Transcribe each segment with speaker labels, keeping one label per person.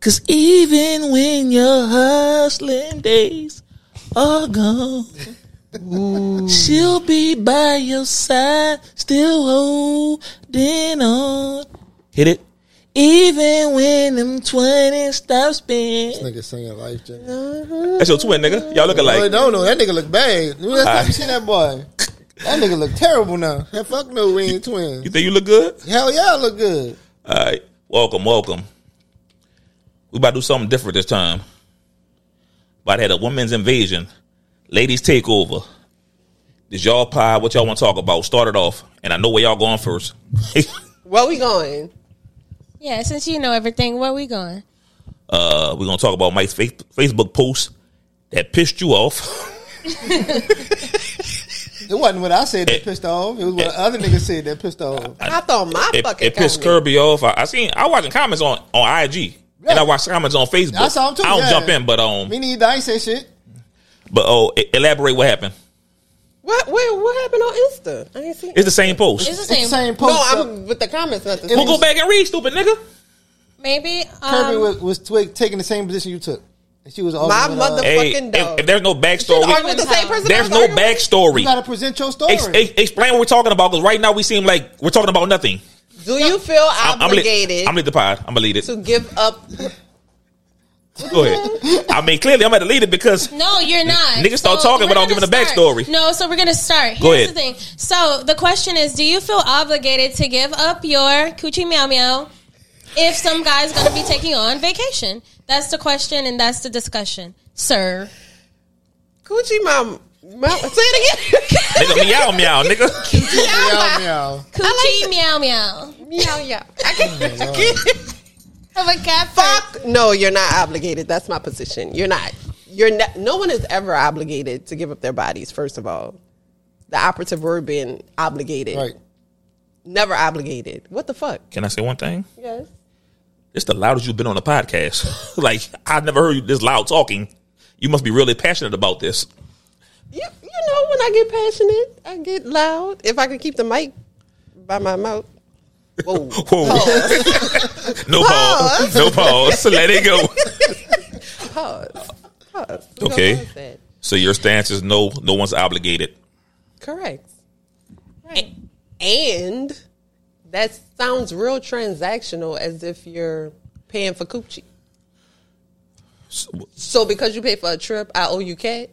Speaker 1: Cause even when your hustling days are gone, she'll be by your side, still holding on. Hit it. Even when them 20 stop spinning.
Speaker 2: Nigga singing life, Jimmy.
Speaker 1: That's your twin, nigga. Y'all looking
Speaker 2: Boy,
Speaker 1: like.
Speaker 2: no, no, that nigga look bad. You know, That's
Speaker 1: Alright.
Speaker 2: you seen that boy. That nigga look terrible now. That fuck no, we ain't twins.
Speaker 1: You think you look good?
Speaker 2: Hell yeah, I look good.
Speaker 1: All right. Welcome, welcome. We about to do something different this time. About to had a women's invasion, ladies takeover. This y'all pie, what y'all want to talk about? Start it off, and I know where y'all going first.
Speaker 3: Where we going?
Speaker 4: Yeah, since you know everything, where we going?
Speaker 1: uh, we're gonna talk about Mike's fa- Facebook post that pissed you off.
Speaker 2: It wasn't what I said
Speaker 3: Eh.
Speaker 2: that pissed off. It was what other niggas said that pissed off.
Speaker 3: I, thought my
Speaker 1: It,
Speaker 3: fucking
Speaker 1: it pissed
Speaker 3: comment.
Speaker 1: Kirby off. I, I seen. I watching comments on on IG. And I watched comments on Facebook.
Speaker 2: I saw 'em too,
Speaker 1: I don't
Speaker 2: yeah.
Speaker 1: jump in, but um,
Speaker 2: Me neither. I ain't say shit.
Speaker 1: but oh, e- elaborate what happened.
Speaker 3: What? Where, what happened on Insta? I ain't seen.
Speaker 1: It's the same post.
Speaker 4: It's the
Speaker 2: It's the
Speaker 4: same.
Speaker 2: same post.
Speaker 3: no, I'm with the comments. Not the
Speaker 2: It
Speaker 1: We'll
Speaker 3: same.
Speaker 1: go back and read, stupid nigga.
Speaker 4: Maybe
Speaker 2: Kirby
Speaker 4: um,
Speaker 2: was, was twig- taking the same position you took. And she was arguing
Speaker 3: My
Speaker 2: with,
Speaker 3: mother-
Speaker 2: Uh,
Speaker 1: Hey,
Speaker 3: Fucking
Speaker 1: if,
Speaker 3: dog.
Speaker 1: if there's no
Speaker 3: She's
Speaker 1: backstory,
Speaker 3: arguing with the same person. I
Speaker 1: there's
Speaker 3: was
Speaker 1: no
Speaker 3: arguing with?
Speaker 1: backstory.
Speaker 2: you gotta present your story.
Speaker 1: Ex- ex- explain what we're talking about because right now we seem like we're talking about nothing.
Speaker 3: Do you feel
Speaker 1: I'm, I'm, lead,
Speaker 3: obligated
Speaker 1: I'm lead the pod. I'm gonna lead it.
Speaker 3: to give up?
Speaker 1: Go ahead. I mean, clearly I'm gonna lead it because
Speaker 4: No, you're not.
Speaker 1: Niggas start talking
Speaker 4: we're
Speaker 1: without
Speaker 4: gonna
Speaker 1: giving the
Speaker 4: start.
Speaker 1: backstory.
Speaker 4: No, so we're gonna start.
Speaker 1: Go
Speaker 4: Here's
Speaker 1: ahead.
Speaker 4: the thing. So the question is, do you feel obligated to give up your coochie meow meow if some guy's gonna be taking you on vacation? That's the question and that's the discussion, sir.
Speaker 3: Coochie, my, my say it again.
Speaker 1: nigga meow meow nigga.
Speaker 2: meow, meow.
Speaker 4: Coochie meow meow.
Speaker 3: meow, meow. I
Speaker 1: Oh,
Speaker 3: can't. I can't.
Speaker 4: Of a cat
Speaker 3: Fuck. No, you're not obligated. That's my position. You're not. You're not. No one is ever obligated to give up their bodies. First of all, the operative word being obligated.
Speaker 2: Right.
Speaker 3: Never obligated. What the fuck?
Speaker 1: Can I say one thing?
Speaker 3: Yes.
Speaker 1: It's the loudest you've been on a podcast. like I never heard you this loud talking. You must be really passionate about this.
Speaker 3: You, you know, when I get passionate, I get loud. If I could keep the mic by my mouth. Whoa.
Speaker 1: Whoa.
Speaker 3: Oh,
Speaker 1: no pause. No pause. Let it go.
Speaker 3: Pause. Pause. We gonna
Speaker 1: Okay.
Speaker 3: pause that.
Speaker 1: So your stance is no. No one's obligated.
Speaker 3: Correct. Right. And that sounds real transactional as if you're paying for coochie.
Speaker 1: So-
Speaker 3: So because you pay for a trip, I owe you cat.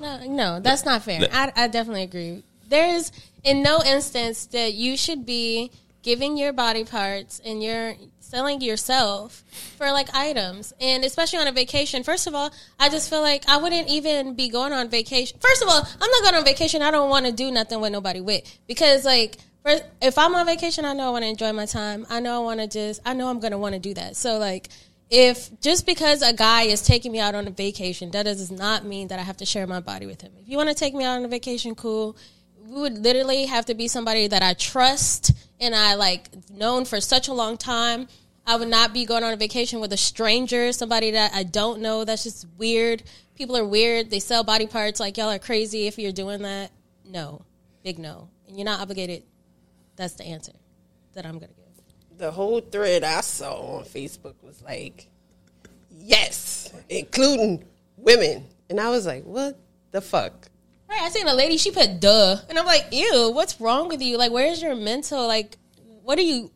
Speaker 4: No, no, that's not fair. I, I definitely agree. There's in no instance that you should be giving your body parts and you're selling yourself for like items and especially on a vacation first of all i just feel like i wouldn't even be going on vacation first of all i'm not going on vacation i don't want to do nothing with nobody with because like first, if i'm on vacation i know i want to enjoy my time i know i want to just i know i'm going to want to do that so like if just because a guy is taking me out on a vacation, that does not mean that I have to share my body with him. If you want to take me out on a vacation, cool. We would literally have to be somebody that I trust and I like known for such a long time. I would not be going on a vacation with a stranger, somebody that I don't know. That's just weird. People are weird. They sell body parts. Like y'all are crazy if you're doing that. No, big no. And you're not obligated. That's the answer that I'm gonna give.
Speaker 3: The whole thread I saw on Facebook was like, yes, including women. And I was like, what the fuck?
Speaker 4: Right, I seen a lady. She put "duh," and I'm like, "Ew, what's wrong with you? Like, where's your mental? Like, what are you?"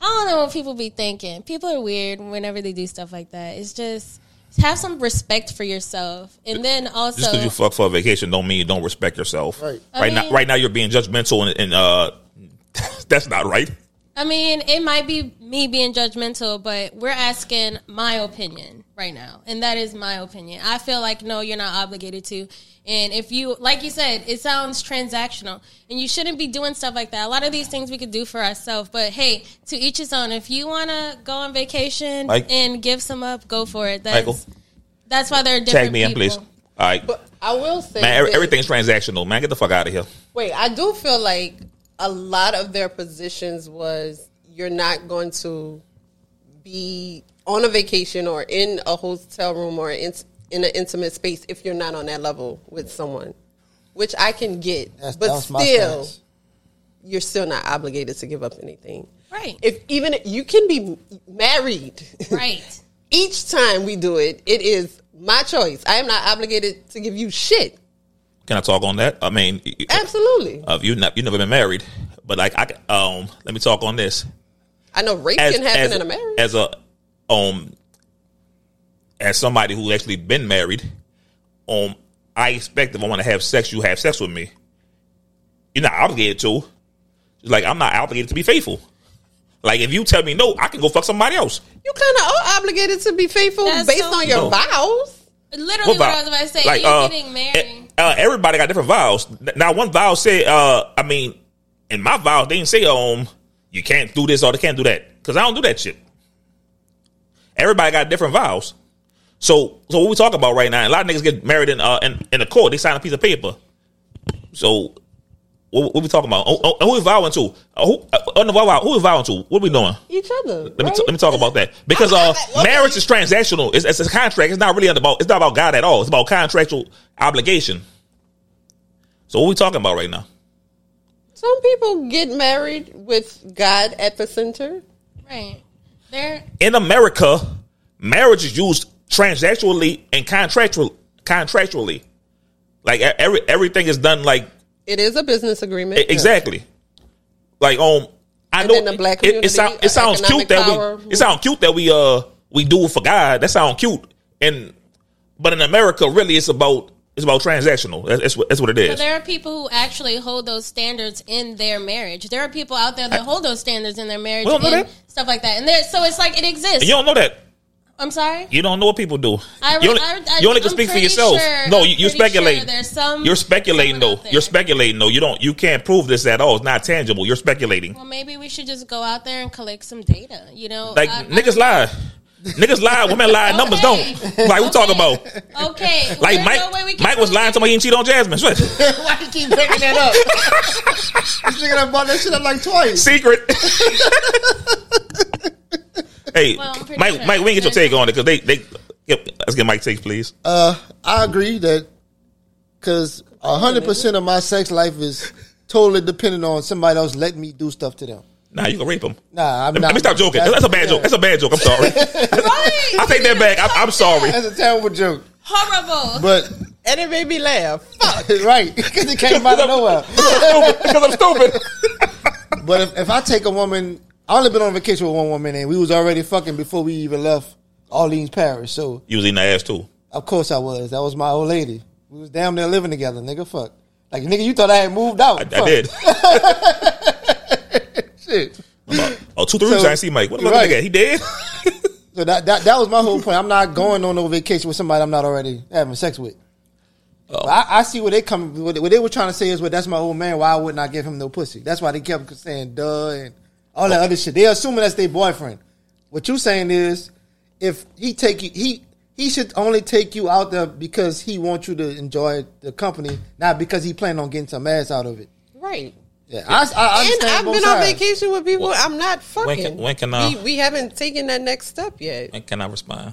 Speaker 4: I don't know what people be thinking. People are weird whenever they do stuff like that. It's just have some respect for yourself, and then
Speaker 1: Just
Speaker 4: also
Speaker 1: because you fuck for a vacation don't mean you don't respect yourself.
Speaker 2: Right.
Speaker 1: Right
Speaker 4: I
Speaker 1: now,
Speaker 4: mean-
Speaker 1: right now you're being judgmental and, and uh, that's not right.
Speaker 4: I mean, it might be me being judgmental, but we're asking my opinion right now. And that is my opinion. I feel like, no, you're not obligated to. And if you, like you said, it sounds transactional and you shouldn't be doing stuff like that. A lot of these things we could do for ourselves, but hey, to each his own. If you want to go on vacation
Speaker 1: Mike?
Speaker 4: and give some up, go for it. That's,
Speaker 1: Michael?
Speaker 4: that's why there are different
Speaker 1: Tag me in,
Speaker 4: people.
Speaker 1: please. All right,
Speaker 3: But I will say
Speaker 1: man.
Speaker 3: that-
Speaker 1: every- Everything's transactional, man. Get the fuck out of here.
Speaker 3: Wait, I do feel like a lot of their positions was you're not going to be on a vacation or in a hotel room or in, in an intimate space if you're not on that level with someone, which I can get.
Speaker 2: That's,
Speaker 3: but
Speaker 2: that was my
Speaker 3: still,
Speaker 2: stance.
Speaker 3: you're still not obligated to give up anything.
Speaker 4: Right.
Speaker 3: If even you can be married,
Speaker 4: Right.
Speaker 3: each time we do it, it is my choice. I am not obligated to give you shit.
Speaker 1: Can I talk on that? I mean,
Speaker 3: Absolutely.
Speaker 1: uh, you not you never been married, but like I can- um, let me talk on this.
Speaker 3: I know rape can happen in a marriage.
Speaker 1: as a um as somebody who actually been married, um I expect if I want to have sex, you have sex with me. You're not obligated to. Just like I'm not obligated to be faithful. Like if you tell me no, I can go fuck somebody else.
Speaker 3: you kind of are obligated to be faithful
Speaker 4: That's
Speaker 3: based
Speaker 4: so-
Speaker 3: on your
Speaker 1: No.
Speaker 3: vows.
Speaker 4: Literally, what, I was about to say. you're
Speaker 1: uh,
Speaker 4: getting married.
Speaker 1: e- uh, everybody got different vows. Now one vow said, uh, I mean, in my vows they didn't say um you can't do this or they can't do that because I don't do that shit. Everybody got different vows. So so what we talking about right now? A lot of niggas get married in uh in, in the court. They sign a piece of paper. So. What, what we talking about? Oh, oh, and who we vowing to? Uh, who uh, on the vow? Who we vowing to? What we doing?
Speaker 3: Each other.
Speaker 1: Let me,
Speaker 3: right?
Speaker 1: t- let me talk about that because uh,
Speaker 3: okay.
Speaker 1: marriage is transactional. It's, it's a contract. It's not really about it's not about God at all. It's about contractual obligation. So what we talking about right now?
Speaker 3: Some people get married with God at the center.
Speaker 4: Right. There.
Speaker 1: In America, marriage is used transactually and contractual contractually. Like e- every everything is done like
Speaker 3: It is a business agreement.
Speaker 1: e- exactly. Like um, I
Speaker 3: And
Speaker 1: know
Speaker 3: in the black
Speaker 1: it, it, sound,
Speaker 3: community,
Speaker 1: it sounds cute
Speaker 3: economic
Speaker 1: that
Speaker 3: power.
Speaker 1: we it sounds cute that we uh we do it for God. That sounds cute and but in America, really, it's about it's about transactional. That's, that's what that's what it
Speaker 4: But
Speaker 1: is.
Speaker 4: there are people who actually hold those standards in their marriage. There are people out there that hold those standards in their marriage
Speaker 1: We don't
Speaker 4: and
Speaker 1: know that.
Speaker 4: stuff like that. And there, so it's like it exists.
Speaker 1: And you don't know that.
Speaker 4: I'm sorry.
Speaker 1: You don't know what people do.
Speaker 4: I-
Speaker 1: you only,
Speaker 4: I- I-
Speaker 1: you only can
Speaker 4: I'm
Speaker 1: speak for
Speaker 4: pretty
Speaker 1: yourself.
Speaker 4: sure-
Speaker 1: no,
Speaker 4: I'm
Speaker 1: you, you're
Speaker 4: pretty sure
Speaker 1: speculating.
Speaker 4: there's some-
Speaker 1: you're speculating
Speaker 4: someone
Speaker 1: though.
Speaker 4: out there.
Speaker 1: You're speculating though. You don't. You can't prove this at all. It's not tangible. You're speculating.
Speaker 4: Well, maybe we should just go out there and collect some data. You know, Uh,
Speaker 1: Like
Speaker 4: I- I-
Speaker 1: niggas lie. Niggas lie. Women lie. Numbers don't. Like we talking about.
Speaker 4: Okay,
Speaker 1: Like
Speaker 4: there's
Speaker 1: Mike.
Speaker 4: no way we can
Speaker 1: Mike was
Speaker 4: prove
Speaker 1: lying.
Speaker 4: it.
Speaker 1: Somebody he didn't cheat on Jasmine. Shit.
Speaker 2: Why you keep bringing that up? this nigga done bought that shit up like twice.
Speaker 1: Secret. hey,
Speaker 4: Well, I'm pretty
Speaker 1: Mike.
Speaker 4: sure.
Speaker 1: Mike, we ain't get your take on it because they they. Yep, let's get Mike's take, please.
Speaker 2: Uh, I agree that because hundred percent of my sex life is totally dependent on somebody else letting me do stuff to them.
Speaker 1: Nah, you can rape him.
Speaker 2: Nah, I'm
Speaker 1: Let me,
Speaker 2: not.
Speaker 1: let me stop joking. That's, a bad joke. That's a bad joke. I'm sorry. I take that back. I'm, I'm sorry.
Speaker 2: That's a terrible joke.
Speaker 4: horrible.
Speaker 2: But
Speaker 3: And it made me laugh.
Speaker 2: right, because it came out of nowhere.
Speaker 1: Because I'm stupid.
Speaker 2: But if, if I take a woman, I only been on vacation with one woman, and we was already fucking before we even left Orleans, Paris. So
Speaker 1: You was eating the ass too.
Speaker 2: of course I was. That was my old lady. We was damn near living together, nigga. Fuck. Like nigga, you thought I had moved out?
Speaker 1: I, I
Speaker 2: Fuck.
Speaker 1: did.
Speaker 2: Shit.
Speaker 1: Oh, two, three weeks
Speaker 2: So-
Speaker 1: I didn't see Mike. What the fuck
Speaker 2: Right.
Speaker 1: nigga? He dead?
Speaker 2: So that, that that was my whole point. I'm not going on no vacation with somebody I'm not already having sex with. But I, I see where they come. What they, what they were trying to say is, "Well, that's my old man. Why wouldn't I give him no pussy?" That's why they kept saying "duh" and all that other shit. They're assuming that's their boyfriend. What you saying is, if he take you, he he should only take you out there because he wants you to enjoy the company, not because he plan on getting some ass out of it.
Speaker 3: Right.
Speaker 2: Yeah, I, I
Speaker 3: And
Speaker 2: understand
Speaker 3: I've
Speaker 2: both
Speaker 3: been on
Speaker 2: sides.
Speaker 3: vacation with people
Speaker 1: When-
Speaker 3: I'm not fucking.
Speaker 1: when can- uh, when can I-
Speaker 3: We, we haven't taken that next step yet.
Speaker 1: And can I respond?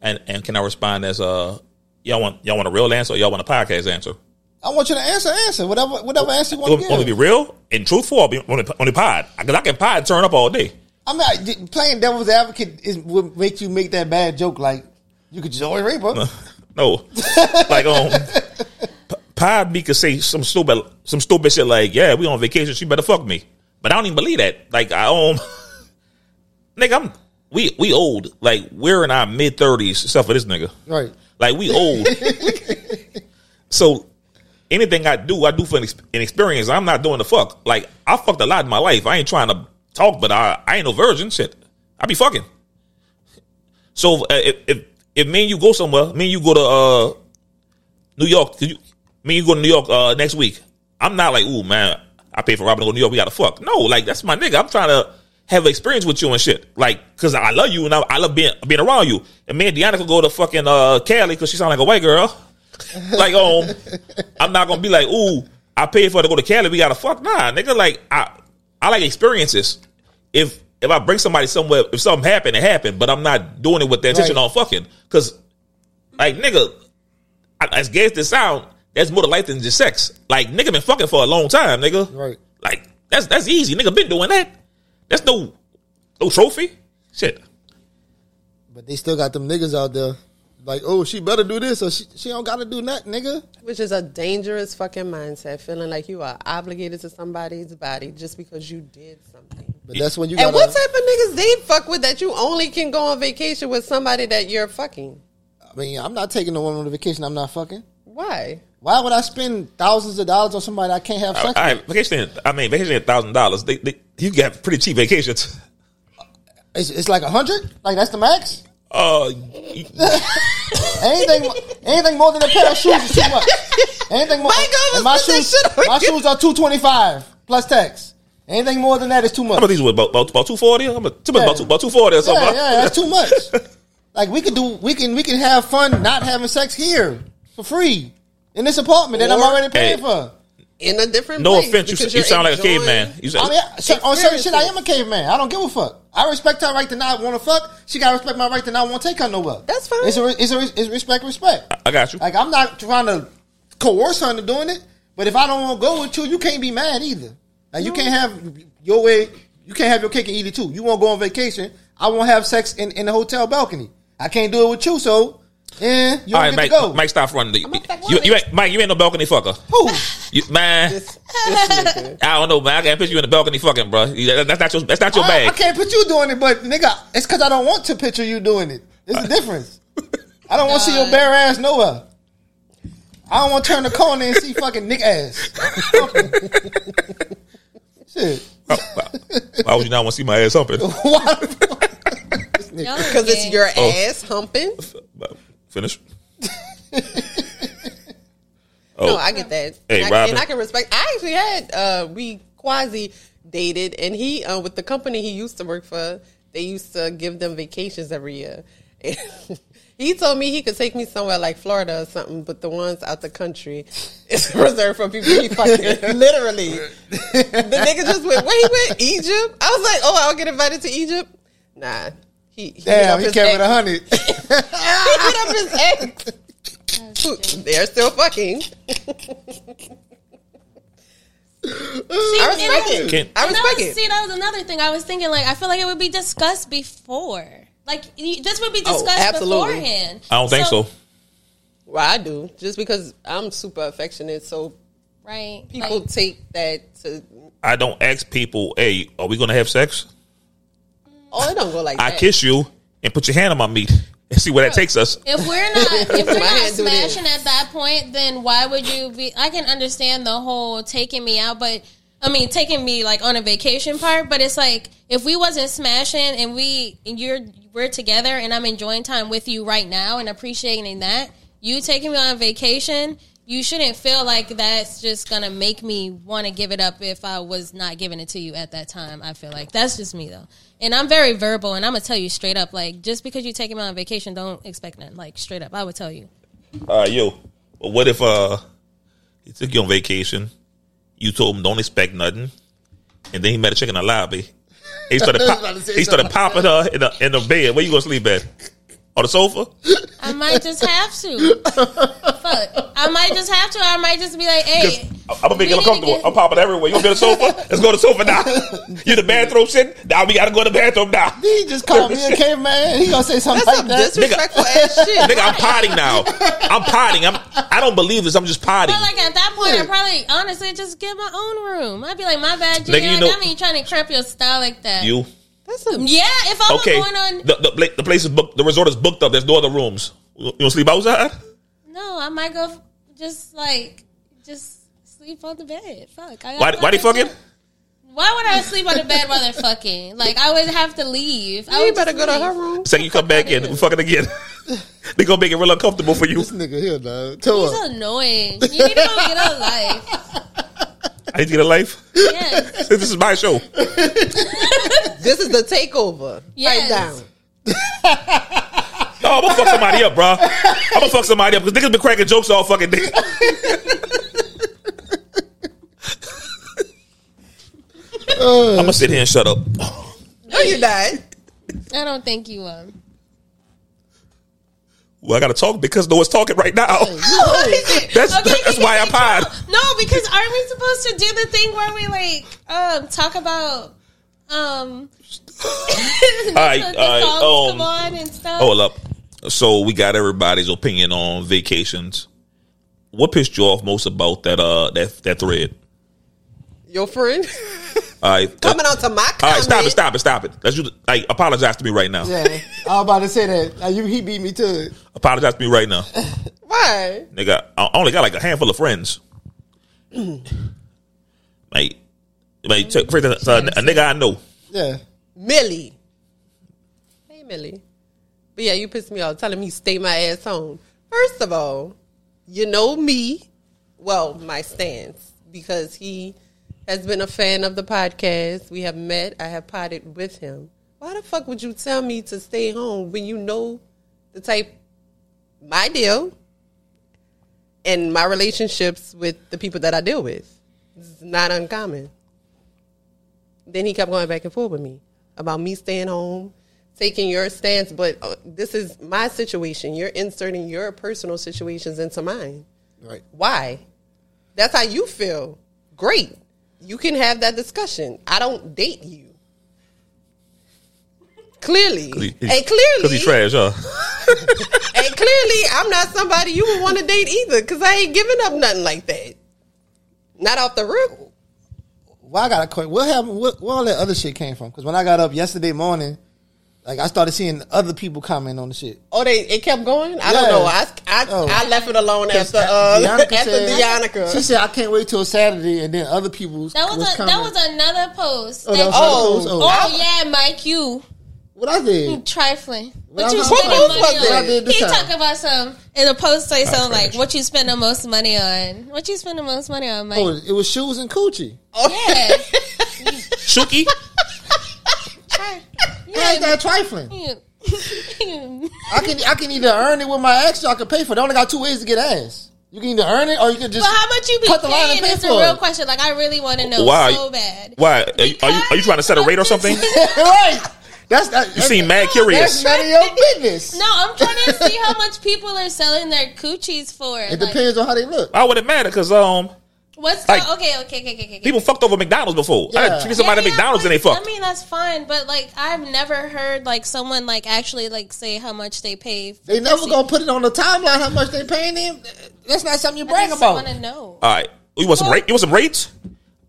Speaker 1: And and can I respond as uh y'all want y'all want a real answer or y'all want a podcast answer?
Speaker 2: I want you to answer, answer whatever whatever answer you want
Speaker 1: Want
Speaker 2: to
Speaker 1: want
Speaker 2: give.
Speaker 1: to be real and truthful or be on the, on the pod? Because I can pod turn up all day.
Speaker 2: I mean, I- d- playing devil's advocate is would make you make that bad joke. Like you could just always rape her.
Speaker 1: No, like um, P- Pod B could say some stupid, some stupid shit like, "Yeah, we on vacation, she better fuck me," but I don't even believe that. Like I um, nigga, I'm we we old, like we're in our mid thirties, except for this nigga,
Speaker 2: Right.
Speaker 1: like we old. so anything I do, I do for an, ex- an experience. I'm not doing the fuck. Like I fucked a lot in my life. I ain't trying to talk, but I, I ain't no virgin. Shit, I be fucking. So uh, if, if if me and you go somewhere, me and you go to uh, New York, could you, me and you go to New York uh, next week. I'm not like, ooh man, I paid for Robin to go to New York. We gotta fuck. No, like that's my nigga. I'm trying to have experience with you and shit. Like, cause I love you and I, I love being being around you. And me and Deanna could go to fucking uh, Cali because she sound like a white girl like um, I'm not gonna be like, ooh, I paid for it to go to Cali. We gotta fuck, nah, nigga. Like I, I like experiences. If if I bring somebody somewhere, if something happened, it happened. But I'm not doing it with the intention
Speaker 2: Right.
Speaker 1: on fucking, because like nigga, I- as gay as this sound, that's more to life than just sex. Like nigga been fucking for a long time, nigga.
Speaker 2: Right.
Speaker 1: Like That's that's easy. Nigga been doing that. That's no no trophy. Shit.
Speaker 2: But they still got them niggas out there. Like, oh, she better do this or she, she don't gotta do nothing, nigga.
Speaker 3: Which is a dangerous fucking mindset, feeling like you are obligated to somebody's body just because you did something.
Speaker 2: But that's when you
Speaker 3: And
Speaker 2: gotta
Speaker 3: what type of niggas they fuck with that you only can go on vacation with somebody that you're fucking?
Speaker 2: I mean, I'm not taking no woman on a vacation I'm not fucking.
Speaker 3: Why?
Speaker 2: Why would I spend thousands of dollars on somebody I can't have
Speaker 1: All
Speaker 2: sex with?
Speaker 1: right, vacation. I mean, vacation thousand dollars. They, they you got pretty cheap vacations.
Speaker 2: It's, it's like a hundred? Like that's the max?
Speaker 1: Uh,
Speaker 2: Anything anything more than a pair of shoes is too much. Anything more
Speaker 3: Mike Gomes
Speaker 2: and my
Speaker 3: put that
Speaker 2: shoes
Speaker 3: shit on
Speaker 2: my
Speaker 3: you.
Speaker 2: shoes are two twenty five plus tax. Anything more than that is too
Speaker 1: how
Speaker 2: much.
Speaker 1: about these? What about about, about two forty? About, about,
Speaker 2: Yeah.
Speaker 1: about two forty or something?
Speaker 2: Yeah, yeah, that's too much. Like we can do, we can we can have fun not having sex here for free in this apartment that I'm
Speaker 3: Or-
Speaker 2: already paying
Speaker 1: Hey.
Speaker 2: for.
Speaker 3: In a different
Speaker 1: No
Speaker 3: place
Speaker 1: offense, you,
Speaker 3: because
Speaker 1: you
Speaker 3: you're
Speaker 1: sound like a
Speaker 3: enjoying-
Speaker 1: caveman. You sound,
Speaker 2: I mean, so- on certain shit, I am a caveman. I don't give a fuck. I respect her right to not want to fuck. She got to respect my right to not want to take her nowhere.
Speaker 3: That's fine.
Speaker 2: It's, a, it's, a, it's respect, respect.
Speaker 1: I got you.
Speaker 2: Like I'm not trying to coerce her into doing it, but if I don't want to go with you, you can't be mad either. Like you can't have your way. You can't have your cake and eat it too. You won't go on vacation. I won't have sex in, in the hotel balcony. I can't do it with you, so eh, you don't
Speaker 1: All right,
Speaker 2: get
Speaker 1: Mike,
Speaker 2: to go.
Speaker 1: Mike, stop running.
Speaker 3: a fuck
Speaker 1: You,
Speaker 3: woman.
Speaker 1: you ain't, Mike, you ain't no balcony fucker.
Speaker 2: Who?
Speaker 1: You, man,
Speaker 3: This, this nigga.
Speaker 1: I don't know, man. I can't picture you in the balcony fucking, bro. That's not your. That's not your
Speaker 2: I, I
Speaker 1: bag.
Speaker 2: can't put you doing it, but nigga, it's because I don't want to picture you doing it.
Speaker 1: Uh,
Speaker 2: It's the difference. I don't want to see your
Speaker 4: God.
Speaker 2: bare ass nowhere. I don't want to turn the corner and see fucking Nick ass. Shit.
Speaker 1: Why would you not want to see my ass humping?
Speaker 3: Oh.
Speaker 4: Y'all
Speaker 3: Because it's
Speaker 4: again.
Speaker 3: your
Speaker 1: Oh.
Speaker 3: ass humping.
Speaker 1: Finish.
Speaker 3: No,
Speaker 1: Oh,
Speaker 3: I get that.
Speaker 1: Hey,
Speaker 3: and, I,
Speaker 1: Robin.
Speaker 3: and I can respect. I actually had uh, we quasi dated, and he uh, with the company he used to work for. They used to give them vacations every year. And he told me he could take me somewhere like Florida or something, but the ones out the country is reserved for people he fucking literally. The nigga just went. Where he went? Egypt. I was like, oh, I'll get invited to Egypt. Nah. He, he hit up
Speaker 2: Damn, he
Speaker 3: his
Speaker 2: came
Speaker 3: ex.
Speaker 2: with a hundred.
Speaker 3: He hit up his ex. They're still fucking.
Speaker 4: See,
Speaker 3: I respect
Speaker 4: and-
Speaker 3: it.
Speaker 1: Can-
Speaker 3: I
Speaker 4: and that
Speaker 3: respect
Speaker 4: was-
Speaker 3: it.
Speaker 4: See, that was another thing I was thinking. Like, I feel like it would be discussed before. Like, you- this would be
Speaker 3: Oh,
Speaker 4: discussed
Speaker 3: absolutely.
Speaker 4: beforehand.
Speaker 1: I don't think so.
Speaker 3: Well, I do just because I'm super affectionate, so
Speaker 4: Right.
Speaker 3: people
Speaker 4: like,
Speaker 3: take that to.
Speaker 1: I don't ask people, "Hey, are we gonna have sex?"
Speaker 3: Oh, it don't go like
Speaker 1: I
Speaker 3: that.
Speaker 1: kiss you and put your hand on my meat and see where that takes us.
Speaker 4: if we're not if
Speaker 3: My
Speaker 4: we're not
Speaker 3: hand do this.
Speaker 4: smashing at that point, then why would you be? I can understand the whole taking me out, but I mean taking me like on a vacation part. But it's like if we wasn't smashing and we and you're we're together and I'm enjoying time with you right now and appreciating that you taking me on vacation. You shouldn't feel like that's just gonna make me want to give it up if I was not giving it to you at that time. I feel like that's just me though, and I'm very verbal, and I'm gonna tell you straight up. Like, just because you taking me on vacation, don't expect nothing. Like, straight up, I would tell you.
Speaker 1: All right, yo. But what if uh he took you on vacation? You told him don't expect nothing, and then he met a chick in the lobby. And he started
Speaker 2: I was
Speaker 1: pop-
Speaker 2: about to say
Speaker 1: he started popping her in the in the bed. Where you gonna sleep at? On the sofa?
Speaker 4: I might just have to. Fuck. I might just have to. I might just be like, hey,
Speaker 1: I'm gonna make
Speaker 4: we
Speaker 1: him
Speaker 4: need
Speaker 1: uncomfortable.
Speaker 4: to
Speaker 1: I'm popping everywhere. You gonna be on the sofa? Let's go to the sofa now. You the bathroom shit? Now we gotta go to the bathroom now.
Speaker 2: he just called me a caveman. He gonna say something
Speaker 3: That's
Speaker 2: like
Speaker 3: some
Speaker 2: that.
Speaker 3: disrespectful ass shit.
Speaker 1: Nigga, I'm potting now. I'm potting. I'm I don't believe this. I'm just potting.
Speaker 4: But like at that point, I probably honestly just get my own room. I'd be like, my bad, Junior.
Speaker 1: Nigga, you
Speaker 4: like,
Speaker 1: know-
Speaker 4: I mean, you trying to cramp your style like that.
Speaker 1: You
Speaker 3: That's some.
Speaker 4: Yeah, if I was
Speaker 1: okay?
Speaker 4: going on,
Speaker 1: The, the pla- the place is booked. The resort is booked up. There's no other rooms. You gonna sleep outside?
Speaker 4: no, I might go f- just like just sleep on the bed. Fuck. I
Speaker 1: Why
Speaker 4: got
Speaker 1: why they
Speaker 4: nothing to
Speaker 1: fucking?
Speaker 4: do. Why would I sleep on the bed while they're fucking? Like I would have to leave. I
Speaker 3: You
Speaker 4: would
Speaker 3: better
Speaker 4: just
Speaker 3: go to
Speaker 4: leave.
Speaker 3: her room.
Speaker 1: Second you come back in, we fucking again. they gonna make it real uncomfortable for you.
Speaker 2: This nigga here, dog. Tell her.
Speaker 4: He's annoying. You need to go get a life.
Speaker 1: I need to get a life.
Speaker 4: Yes.
Speaker 1: this is my show.
Speaker 3: This is the takeover.
Speaker 4: Yes.
Speaker 3: Right down.
Speaker 1: No, I'm gonna fuck somebody up, bro. I'm gonna fuck somebody up because niggas been cracking jokes all fucking day. I'm gonna sit here and shut up.
Speaker 3: No, you're not.
Speaker 4: I don't think you are.
Speaker 1: Well, I gotta talk because no one's talking right now. that's that's
Speaker 4: because
Speaker 1: why I
Speaker 4: we
Speaker 1: pod.
Speaker 4: talk- No, because aren't we supposed to do the thing where we like um talk about um all
Speaker 1: right, all right, um, oh,
Speaker 4: come on and stuff?
Speaker 1: Hold up. So we got everybody's opinion on vacations. What pissed you off most about that uh that that thread?
Speaker 3: Your friend
Speaker 1: All right,
Speaker 3: coming on to my comment.
Speaker 1: All right, stop it, stop it, stop it. Let's do. Like, apologize to me right now.
Speaker 2: Yeah, I was about to say that. Now, you, he beat me to it.
Speaker 1: Apologize to me right now,
Speaker 3: Why?
Speaker 1: nigga. I only got like a handful of friends. like, like so, for instance, a, a nigga I know.
Speaker 2: Yeah.
Speaker 3: Millie. Hey, Millie. But yeah, you pissed me off telling me stay my ass home. First of all, you know me, well, my stance, because he has been a fan of the podcast. We have met, I have potted with him. Why the fuck would you tell me to stay home when you know the type, my deal, and my relationships with the people that I deal with? This is not uncommon then he kept going back and forth with me about me staying home, taking your stance. But uh, this is my situation. You're inserting your personal situations into mine.
Speaker 2: Right.
Speaker 3: Why? That's how you feel. Great. You can have that discussion. I don't date you. Clearly. and
Speaker 1: because
Speaker 3: clearly,
Speaker 1: he trash, huh?
Speaker 3: and clearly, I'm not somebody you would want to date either because I ain't giving up nothing like that. Not off the rip.
Speaker 2: Well, I got a question. What happened? What, where all that other shit came from? Because when I got up yesterday morning, like I started seeing other people comment on the shit.
Speaker 3: Oh, they it kept going. I don't
Speaker 2: Yeah.
Speaker 3: know. I I,
Speaker 2: Oh.
Speaker 3: I left it alone after uh,
Speaker 2: Deonica
Speaker 3: after
Speaker 2: said- She
Speaker 3: Deonica.
Speaker 2: said, "I can't wait till Saturday," and then other people
Speaker 4: that was, a that was another post.
Speaker 2: Oh, that was
Speaker 4: that you-
Speaker 2: another
Speaker 3: Oh.
Speaker 2: post?
Speaker 4: oh,
Speaker 2: Oh.
Speaker 4: yeah, Mike, you
Speaker 2: what I did.
Speaker 4: trifling.
Speaker 2: What
Speaker 4: What
Speaker 2: I
Speaker 4: you
Speaker 2: was
Speaker 4: spend
Speaker 3: talking
Speaker 4: the
Speaker 3: about
Speaker 4: money
Speaker 3: that I
Speaker 4: on?
Speaker 2: did this
Speaker 4: He
Speaker 2: time.
Speaker 4: talk about some in a post say so like
Speaker 1: trash.
Speaker 4: what you spend the most money on. What you spend the most money on, Mike?
Speaker 2: Oh, it was shoes and coochie.
Speaker 3: Oh.
Speaker 4: Yeah.
Speaker 1: Shooky.
Speaker 2: I ain't
Speaker 4: yeah.
Speaker 2: that trifling.
Speaker 4: you-
Speaker 2: I can I can either earn it with my ex, or I can pay for it. I only got two ways to get ass. You can either earn it, or you can just
Speaker 4: But how much you be
Speaker 2: Cut the line and
Speaker 4: paying
Speaker 2: pay
Speaker 4: is the
Speaker 2: for
Speaker 4: real
Speaker 2: it.
Speaker 4: question. Like, I really want to know
Speaker 1: Why?
Speaker 4: so bad.
Speaker 1: Why are you, are you are you trying to set a rate or something?
Speaker 2: right. That's that.
Speaker 1: You seem mad
Speaker 2: That's
Speaker 1: curious.
Speaker 2: none of your business.
Speaker 4: No, I'm trying to see how much people are selling their coochies for.
Speaker 2: It
Speaker 4: Like,
Speaker 2: depends on how they look.
Speaker 1: Why would it matter? Because um,
Speaker 4: What's the,
Speaker 1: Like-
Speaker 4: okay, okay, okay, okay, okay.
Speaker 1: people fucked over McDonald's before. I
Speaker 2: Yeah.
Speaker 1: treated somebody at
Speaker 4: Yeah, yeah,
Speaker 1: McDonald's and they
Speaker 4: of course.
Speaker 1: fucked.
Speaker 4: I mean, that's fine, but like, I've never heard like someone like actually like say how much they pay. For
Speaker 2: They never
Speaker 4: pussy.
Speaker 2: gonna put it on the timeline how much they paying them. That's not something you
Speaker 4: I
Speaker 2: brag
Speaker 4: just
Speaker 2: about.
Speaker 4: want to know.
Speaker 1: All right, you want some
Speaker 4: Well-
Speaker 1: rate? You want some rates?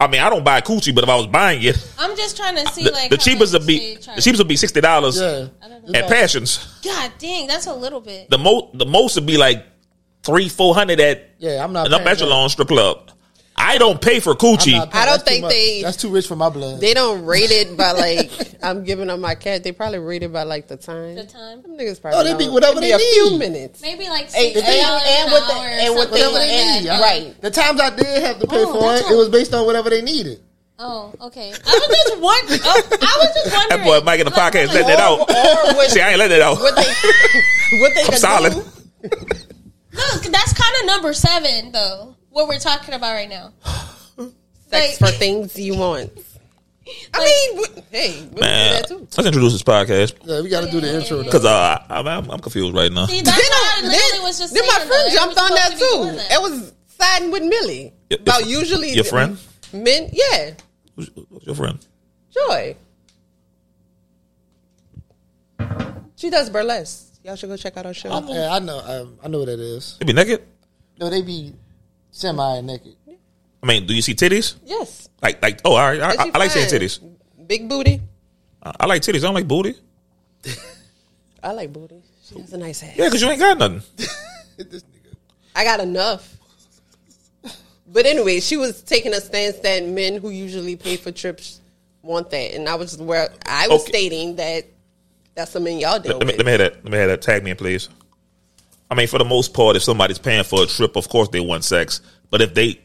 Speaker 1: I mean, I don't buy coochie, but if I was buying it,
Speaker 4: I'm just trying to see
Speaker 1: the,
Speaker 4: like
Speaker 1: the
Speaker 4: how
Speaker 1: cheapest
Speaker 4: much
Speaker 1: would
Speaker 4: they
Speaker 1: be
Speaker 4: charge.
Speaker 1: the cheapest would be sixty dollars
Speaker 2: Yeah.
Speaker 1: at Passions.
Speaker 4: God dang, that's a little bit.
Speaker 1: The most the most would be like three four hundred at
Speaker 2: Yeah, I'm not.
Speaker 1: an up
Speaker 2: paying for that.
Speaker 1: echelon strip club. I don't pay for
Speaker 2: I'm
Speaker 1: coochie.
Speaker 2: not paying.
Speaker 3: I don't
Speaker 2: That's too
Speaker 3: think
Speaker 2: much.
Speaker 3: they-
Speaker 2: That's too rich for my blood.
Speaker 3: They don't rate it by like I'm giving up my cat. They probably rate it by like the time.
Speaker 4: The time.
Speaker 3: Them niggas probably.
Speaker 2: Oh, they be
Speaker 3: know.
Speaker 2: whatever
Speaker 3: It
Speaker 2: they
Speaker 3: a few
Speaker 2: need.
Speaker 3: minutes.
Speaker 4: Maybe like
Speaker 3: And-
Speaker 4: six
Speaker 3: and-
Speaker 4: dollars
Speaker 3: and
Speaker 4: an
Speaker 3: what they-
Speaker 4: hour,
Speaker 3: and what they-
Speaker 4: something
Speaker 2: whatever
Speaker 4: like
Speaker 2: they
Speaker 4: that.
Speaker 2: need. I-
Speaker 3: Right.
Speaker 2: The times I did have to pay
Speaker 4: Oh,
Speaker 2: for
Speaker 4: that's
Speaker 2: it,
Speaker 4: all.
Speaker 2: it was based on whatever they needed.
Speaker 4: Oh, okay. I was just wondering. Oh, I was just wondering.
Speaker 1: that boy Mike in the
Speaker 4: Like,
Speaker 1: podcast
Speaker 4: like,
Speaker 1: letting it
Speaker 3: or
Speaker 1: out.
Speaker 3: what-
Speaker 1: See, I ain't letting it out.
Speaker 3: What they what they
Speaker 1: I'm
Speaker 3: could
Speaker 1: solid.
Speaker 3: do?
Speaker 4: Look, that's kind of number seven, though. What we're talking about right now.
Speaker 3: Sex for
Speaker 4: Like-
Speaker 3: things you want. I
Speaker 4: Like-
Speaker 3: mean, what, hey, we
Speaker 1: Man,
Speaker 3: can do that too.
Speaker 1: let's introduce this podcast
Speaker 2: Yeah, we got to do the intro. though.
Speaker 1: because uh, I'm, I'm, I'm confused right now.
Speaker 4: See, that's
Speaker 3: Then
Speaker 4: why I
Speaker 3: I-
Speaker 4: literally
Speaker 3: then-
Speaker 4: was just
Speaker 3: then
Speaker 4: saying,
Speaker 3: my friend
Speaker 4: though,
Speaker 3: jumped
Speaker 4: that
Speaker 3: on
Speaker 4: we
Speaker 3: that
Speaker 4: supposed to be
Speaker 3: too.
Speaker 4: doing that.
Speaker 3: It was siding with Millie
Speaker 1: Your-
Speaker 3: about
Speaker 1: your-
Speaker 3: usually
Speaker 1: your friend?
Speaker 3: men. Yeah,
Speaker 1: Who's, who's your friend?
Speaker 3: Joy. She does burlesque. Y'all should go check out our show.
Speaker 4: Oh.
Speaker 2: Yeah, I know. I, I know what that is.
Speaker 1: They be naked.
Speaker 2: No, they be semi naked.
Speaker 1: I mean, do you see titties?
Speaker 3: yes.
Speaker 1: Like, like, oh, all right. I,
Speaker 3: And
Speaker 1: I,
Speaker 3: she
Speaker 1: I like seeing
Speaker 3: fine.
Speaker 1: titties.
Speaker 3: Big booty.
Speaker 1: I, I like titties. I don't like booty.
Speaker 3: I like booty. She has a nice ass.
Speaker 1: Yeah, because you ain't got nothing.
Speaker 2: this nigga.
Speaker 3: I got enough. But anyway, she was taking a stance that men who usually pay for trips want that, and I was where I was
Speaker 1: Okay.
Speaker 3: stating that that's something y'all deal
Speaker 1: let, me,
Speaker 3: with.
Speaker 1: let me have that. Let me have that. Tag me in, please. I mean, for the most part, if somebody's paying for a trip, of course they want sex. But if they,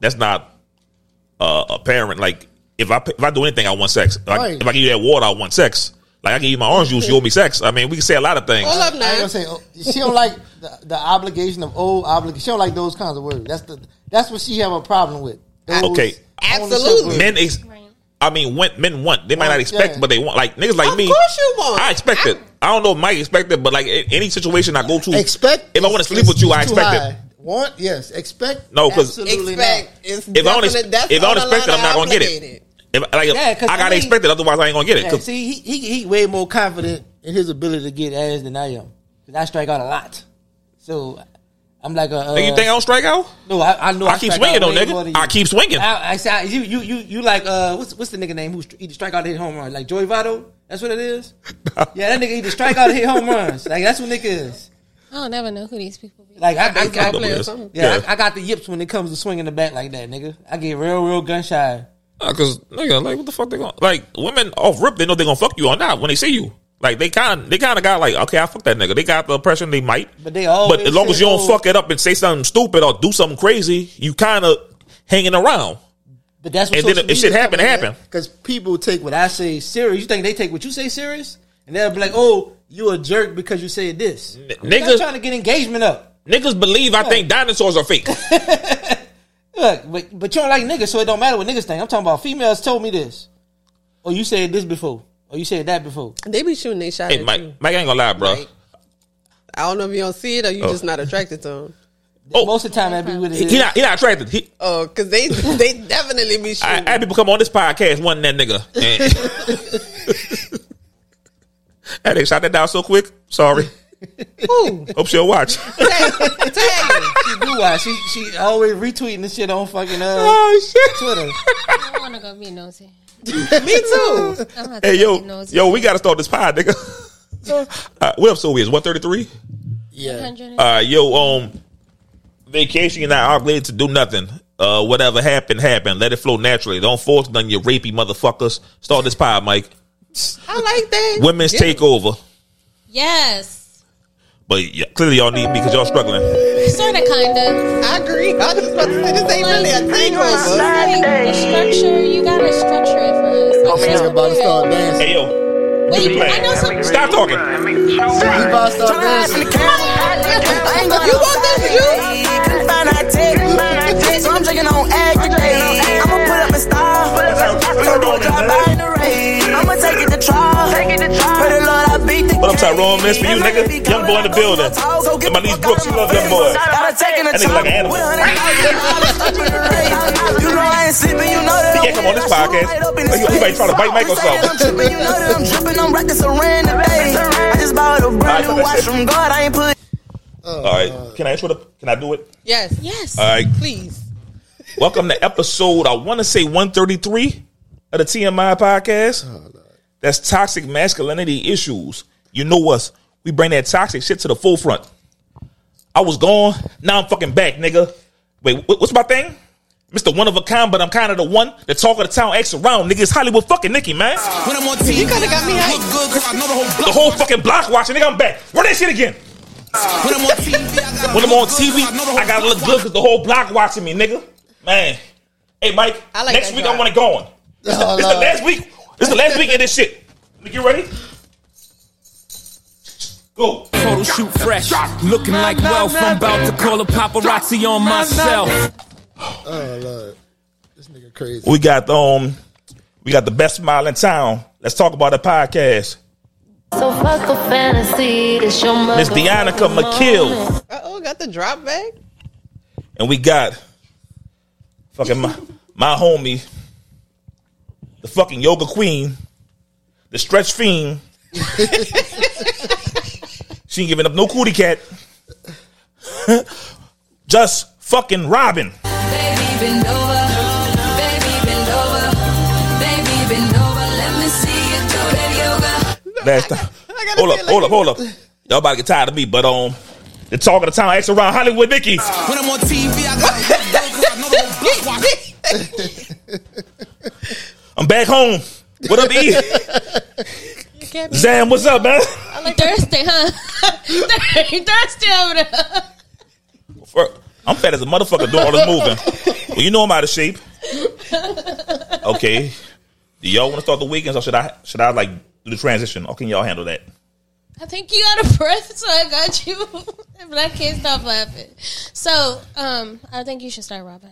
Speaker 1: that's not uh, apparent. Like if I pay- if I do anything, I want sex. If, I,
Speaker 2: Right.
Speaker 1: if I give you that water, I want sex. Like I give you my orange juice, you owe me sex. I mean, we can say a lot of things.
Speaker 3: Hold up
Speaker 2: I ain't
Speaker 3: now.
Speaker 2: gonna say oh, she don't like the, the obligation of old obligation. She don't like those kinds of words. That's the that's what she have a problem with. Those
Speaker 1: Okay.
Speaker 2: ownership
Speaker 3: Absolutely.
Speaker 2: words.
Speaker 1: Men, ex- I mean, when, men want. They might
Speaker 2: Want,
Speaker 1: not expect,
Speaker 2: yeah.
Speaker 1: but they want. Like niggas like
Speaker 3: Of
Speaker 1: me.
Speaker 3: course you want.
Speaker 1: I expect it. I don't know if Mike expected, but like a- any situation I go to,
Speaker 2: Expect
Speaker 1: if I want to sleep with you, I expect it.
Speaker 2: Want yes, expect
Speaker 1: No, 'cause-
Speaker 2: absolutely
Speaker 3: Expect it's
Speaker 1: If I don't, ex-
Speaker 3: definite- that's
Speaker 1: if I
Speaker 3: on
Speaker 1: don't
Speaker 3: the
Speaker 1: expect it,
Speaker 3: line
Speaker 1: I'm not gonna get it.
Speaker 3: obligated.
Speaker 1: If, like,
Speaker 2: Yeah, 'cause
Speaker 1: I
Speaker 2: to
Speaker 1: gotta
Speaker 2: me-
Speaker 1: expect it, otherwise I ain't gonna get it.
Speaker 2: not.
Speaker 1: 'Cause-
Speaker 2: see, he, he he way more confident in his ability to get ass than I am. 'Cause I strike out a lot, so I'm like a. Uh,
Speaker 1: Nigga, you think I don't strike out?
Speaker 2: No, I, I know.
Speaker 1: I keep
Speaker 2: strike out
Speaker 1: swinging though,
Speaker 2: way more than
Speaker 1: nigga.
Speaker 2: you.
Speaker 1: I keep swinging.
Speaker 2: I, I say I- you, you, you, you like uh, what's what's the nigga name who stri- he strike out hit home run? Like Joey Votto? That's what it is. Yeah, that nigga he just strike out hit home runs. Like that's what nigga is.
Speaker 4: I don't ever know who these people be.
Speaker 2: Like I, I,
Speaker 3: Baseball
Speaker 2: I-
Speaker 3: player or
Speaker 1: Yes.
Speaker 3: something.
Speaker 2: yeah,
Speaker 1: Yeah.
Speaker 2: I, I got the yips when it comes to swinging the bat like that, nigga. I get real, real gun shy.
Speaker 1: Nah, Cause nigga, like what the fuck they gonna like women off rip? They know they gonna fuck you or not when they see you. Like they kind, they kind of got like, okay, I fuck that nigga. They got the impression they might,
Speaker 2: But they always
Speaker 1: But as long
Speaker 2: say,
Speaker 1: as you don't
Speaker 2: oh-
Speaker 1: fuck it up and say something stupid or do something crazy, you kind of hanging around.
Speaker 2: But that's what
Speaker 1: And then if shit happen, it happen.
Speaker 2: Because people take what I say serious. You think they take what you say serious, and they'll be like, "Oh, you a jerk because you said this."
Speaker 1: niggas-
Speaker 2: Niggas trying to get engagement up.
Speaker 1: Niggas believe I think dinosaurs are fake.
Speaker 2: Look, but but you don't like niggas, so it don't matter what niggas think. I'm talking about females told me this. Or you said this before. Or you said that before.
Speaker 3: They be shooting they shot.
Speaker 1: hey,
Speaker 3: at you.
Speaker 1: Mike, Mike I ain't gonna lie, bro.
Speaker 3: Like, I don't know if you don't see it or you
Speaker 1: Oh.
Speaker 3: just not attracted to them.
Speaker 1: Oh.
Speaker 2: Most of the time that be what it
Speaker 1: He,
Speaker 2: is.
Speaker 1: he not, he not attracted. He,
Speaker 3: Oh, because they they definitely be
Speaker 1: I,
Speaker 3: shooting.
Speaker 1: I had people come on this podcast, one that nigga. And, hey, they shot that down so quick. Sorry.
Speaker 3: Who?
Speaker 1: Hope she'll watch.
Speaker 3: tag, tag him.
Speaker 2: she do why. She she always retweeting this shit on fucking uh
Speaker 1: oh shit.
Speaker 2: Twitter.
Speaker 4: I don't want to go be nosy.
Speaker 3: Me too.
Speaker 4: I'm
Speaker 1: Hey
Speaker 4: not gonna be
Speaker 1: yo,
Speaker 4: nosy.
Speaker 1: yo, we gotta start this pod, nigga. uh, what episode is one thirty three?
Speaker 2: Yeah.
Speaker 4: 100
Speaker 1: Uh, yo, um, vacation, you're not obligated to do nothing. Uh, whatever happened, happened. Let it flow naturally. Don't force none, you rapey motherfuckers. Start this pod, Mike.
Speaker 3: I like that.
Speaker 1: Women's
Speaker 3: Yeah.
Speaker 1: take over.
Speaker 4: Yes.
Speaker 1: But yeah, clearly y'all need me because y'all struggling.
Speaker 4: Sort of, kind of.
Speaker 3: I agree. I was about to say this ain't really a takeover.
Speaker 4: The structure, you got to structure it for us. Like,
Speaker 2: She
Speaker 4: that's
Speaker 2: Oh, about to
Speaker 4: what
Speaker 2: start
Speaker 4: we-
Speaker 2: dancing.
Speaker 1: Hey yo,
Speaker 4: Wait, I know some.
Speaker 1: stop talking.
Speaker 2: She about to start dancing.
Speaker 3: You want this, you?
Speaker 5: So I'm drinking on aggregate. I'ma put up a star. Gonna do a drive by in the rain. I'ma take it to trial. Pray the Lord I beat the
Speaker 1: What up,
Speaker 5: game.
Speaker 1: Tyrone? This for you, nigga. Young boy in the building. And my niece Brooks, she love young boy.
Speaker 5: Gotta take in a
Speaker 1: That nigga like an animal.
Speaker 5: With a hundred thousand. You know I ain't sleeping, you know that
Speaker 1: He
Speaker 5: I'm
Speaker 1: can't come on this podcast.
Speaker 5: winning. I shoot right up in his
Speaker 1: He- he might try to bite Mike or
Speaker 5: face. You say that I'm
Speaker 1: something.
Speaker 5: tripping, you know that I'm dripping. I'm wrapped in saran today. I just bought a brand
Speaker 1: All right,
Speaker 5: new watch from God. I ain't put
Speaker 1: All right, can I ask what? the- Can I do it?
Speaker 3: Yes.
Speaker 4: Yes.
Speaker 1: All right,
Speaker 3: Please.
Speaker 1: welcome to episode. I want to say one thirty three of the TMI podcast. That's toxic masculinity issues. You know us. We bring that toxic shit to the forefront. I was gone. Now I'm fucking back, nigga. Wait, wh- what's my thing? Mr. One of a kind, but I'm kind of the one that talk of the town acts around. Nigga, it's Hollywood fucking Nicky, man.
Speaker 6: When I'm on TV, you
Speaker 3: coulda got me hyped.
Speaker 6: good, cause I know the whole
Speaker 1: The
Speaker 6: block.
Speaker 1: whole fucking block watching. Nigga, I'm back. Run that shit again.
Speaker 6: When I'm on TV, I gotta
Speaker 1: When I'm
Speaker 6: look
Speaker 1: on
Speaker 6: good,
Speaker 1: TV,
Speaker 6: 'cause know the whole
Speaker 1: I gotta
Speaker 6: block
Speaker 1: look good because the whole block watching me, nigga. Man. Hey, Mike.
Speaker 3: I like
Speaker 1: next
Speaker 3: that
Speaker 1: week
Speaker 3: drive.
Speaker 1: I want it going. It's, the,
Speaker 2: Oh,
Speaker 1: it's the
Speaker 2: Lord.
Speaker 1: last week. It's the last week of this shit. Nigga, you ready? Go.
Speaker 6: Photo shoot fresh, looking like wealth. I'm about to call a paparazzi on myself.
Speaker 7: Oh lord, this nigga crazy.
Speaker 1: We got the um, we got the best smile in town. Let's talk about the podcast.
Speaker 8: So fuck a fantasy. It's your mother.
Speaker 1: Miss
Speaker 3: Uh-huh.
Speaker 1: Deonica McKill,
Speaker 3: Uh oh, got the drop back.
Speaker 1: and we got fucking my, my homie, the fucking yoga queen, the stretch fiend. she ain't giving up no cootie cat. Just fucking Robin.
Speaker 9: Baby, bend over. Baby, bend over. Baby, bend over. Let me see you do that yoga.
Speaker 1: last time.
Speaker 3: I gotta
Speaker 1: Hold up,
Speaker 3: feel
Speaker 1: hold
Speaker 3: like-
Speaker 1: up, hold up. Y'all about to get tired of me, but um, the talk of the town acts around Hollywood, Nikki.
Speaker 6: When I'm on TV, I gotta look good, cause I know the whole block watching.
Speaker 1: I'm back home. What up, E?
Speaker 4: You can't be
Speaker 1: Zam, what's up, man?
Speaker 4: thirsty, huh? thirsty over there.
Speaker 1: Fuck, I'm fat as a motherfucker doing all this moving. Well, you know I'm out of shape. Okay. Do y'all want to start the weekends, or should I should I like do the transition, or can y'all handle that?
Speaker 4: I think you out of breath, so I got you. but I can't stop laughing. So, um, I think you should start, Robin.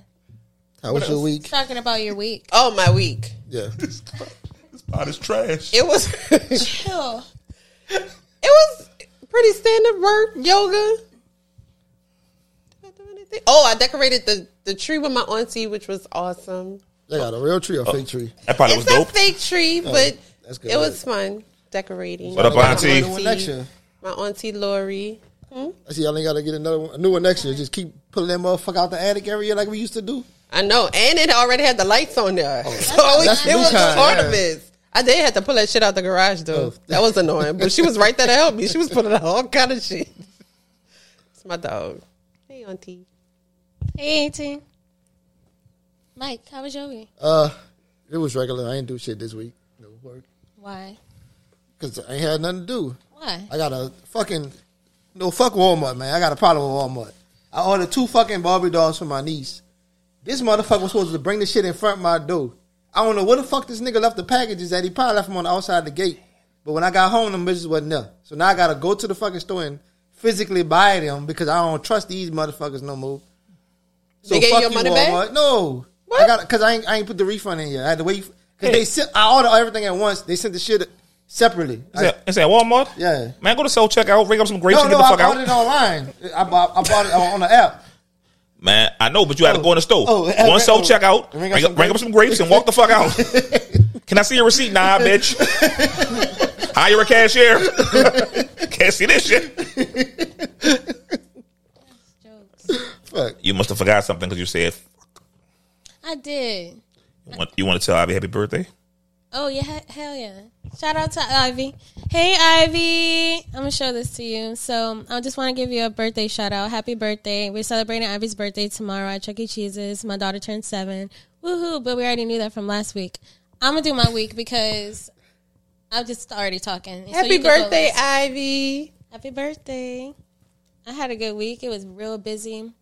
Speaker 7: How was your week?
Speaker 4: Talking about your week.
Speaker 3: Oh, my week.
Speaker 7: Yeah,
Speaker 1: This pot is trash.
Speaker 3: It was.
Speaker 4: Chill.
Speaker 3: It was pretty standard work, yoga. Did I do anything? Oh, I decorated the, the tree with my auntie, which was awesome.
Speaker 7: They got a real tree or fake tree.
Speaker 1: That probably
Speaker 3: it's
Speaker 1: was
Speaker 3: a
Speaker 1: dope. Oh,
Speaker 3: fake tree, but
Speaker 7: that's good
Speaker 3: it was
Speaker 7: work.
Speaker 3: fun decorating.
Speaker 1: What up,
Speaker 3: My
Speaker 1: auntie?
Speaker 2: One next year.
Speaker 3: My auntie Lori.
Speaker 7: I see y'all ain't got to get another one, a new one next year. Just keep
Speaker 2: Pulling that motherfucker out the attic every year like we used to do.
Speaker 3: I know, and it already had the lights on there, so
Speaker 7: That's
Speaker 3: it
Speaker 7: new
Speaker 3: was
Speaker 7: kind, yeah.
Speaker 3: ornaments. I did have to pull that shit out the garage though. That was annoying, but she was right there to help me. She was pulling out all kind of shit. It's my dog. Hey, auntie.
Speaker 4: Hey, 18. Mike, how was your week?
Speaker 7: Uh, it was regular. I ain't do shit this week. No work,
Speaker 4: Why?
Speaker 7: cause I ain't had nothing to do.
Speaker 4: Why?
Speaker 7: I got a fucking
Speaker 2: No, fuck Walmart, man. I got a problem with Walmart. I ordered two fucking Barbie dolls for my niece. This motherfucker was supposed to bring the shit in front of my door. I don't know where the fuck this nigga left the packages at. He probably left them on the outside the gate. But when I got home, them bitches wasn't there. So now I gotta go to the fucking store and physically buy them because I don't trust these motherfuckers no more. So
Speaker 3: They gave you your money back?
Speaker 2: No,
Speaker 3: What?
Speaker 2: I got because I ain't I ain't put the refund in yet. I had to wait because they sent. I ordered everything at once. They sent the shit separately. I-
Speaker 1: Is that, is that Walmart?
Speaker 2: Yeah.
Speaker 1: Man, go to Soul Checkout, ring up some grapes
Speaker 2: no,
Speaker 1: and
Speaker 2: no,
Speaker 1: get the
Speaker 2: I
Speaker 1: fuck
Speaker 2: bought
Speaker 1: out.
Speaker 2: it online. I bought, I bought it on the app.
Speaker 1: Man, I know, but you had to go in the store.
Speaker 2: oh,
Speaker 1: go in Soul
Speaker 2: oh,
Speaker 1: Checkout,
Speaker 2: ring
Speaker 1: ring, up,
Speaker 2: up some
Speaker 1: ring up some grapes and walk the fuck out. Can I see your receipt? Nah, bitch. Hire a cashier. Can't see this shit.
Speaker 4: Jokes.
Speaker 7: fuck.
Speaker 1: You must have forgot something because you said
Speaker 4: I did.
Speaker 1: you want, you want to tell Ivy happy birthday.
Speaker 4: Oh, yeah. he- Hell yeah. Shout out to Ivy. Hey, Ivy. I'm going to show this to you. So I just want to give you a birthday shout out. Happy birthday. We're celebrating Ivy's birthday tomorrow at Chuck E. Cheese's. My daughter turned seven. Woohoo. But we already knew that from last week. I'm going to do my week because I'm just already talking. So
Speaker 3: Happy
Speaker 4: you can go
Speaker 3: birthday,
Speaker 4: last.
Speaker 3: Ivy.
Speaker 4: Happy birthday. I had a good week. It was real busy.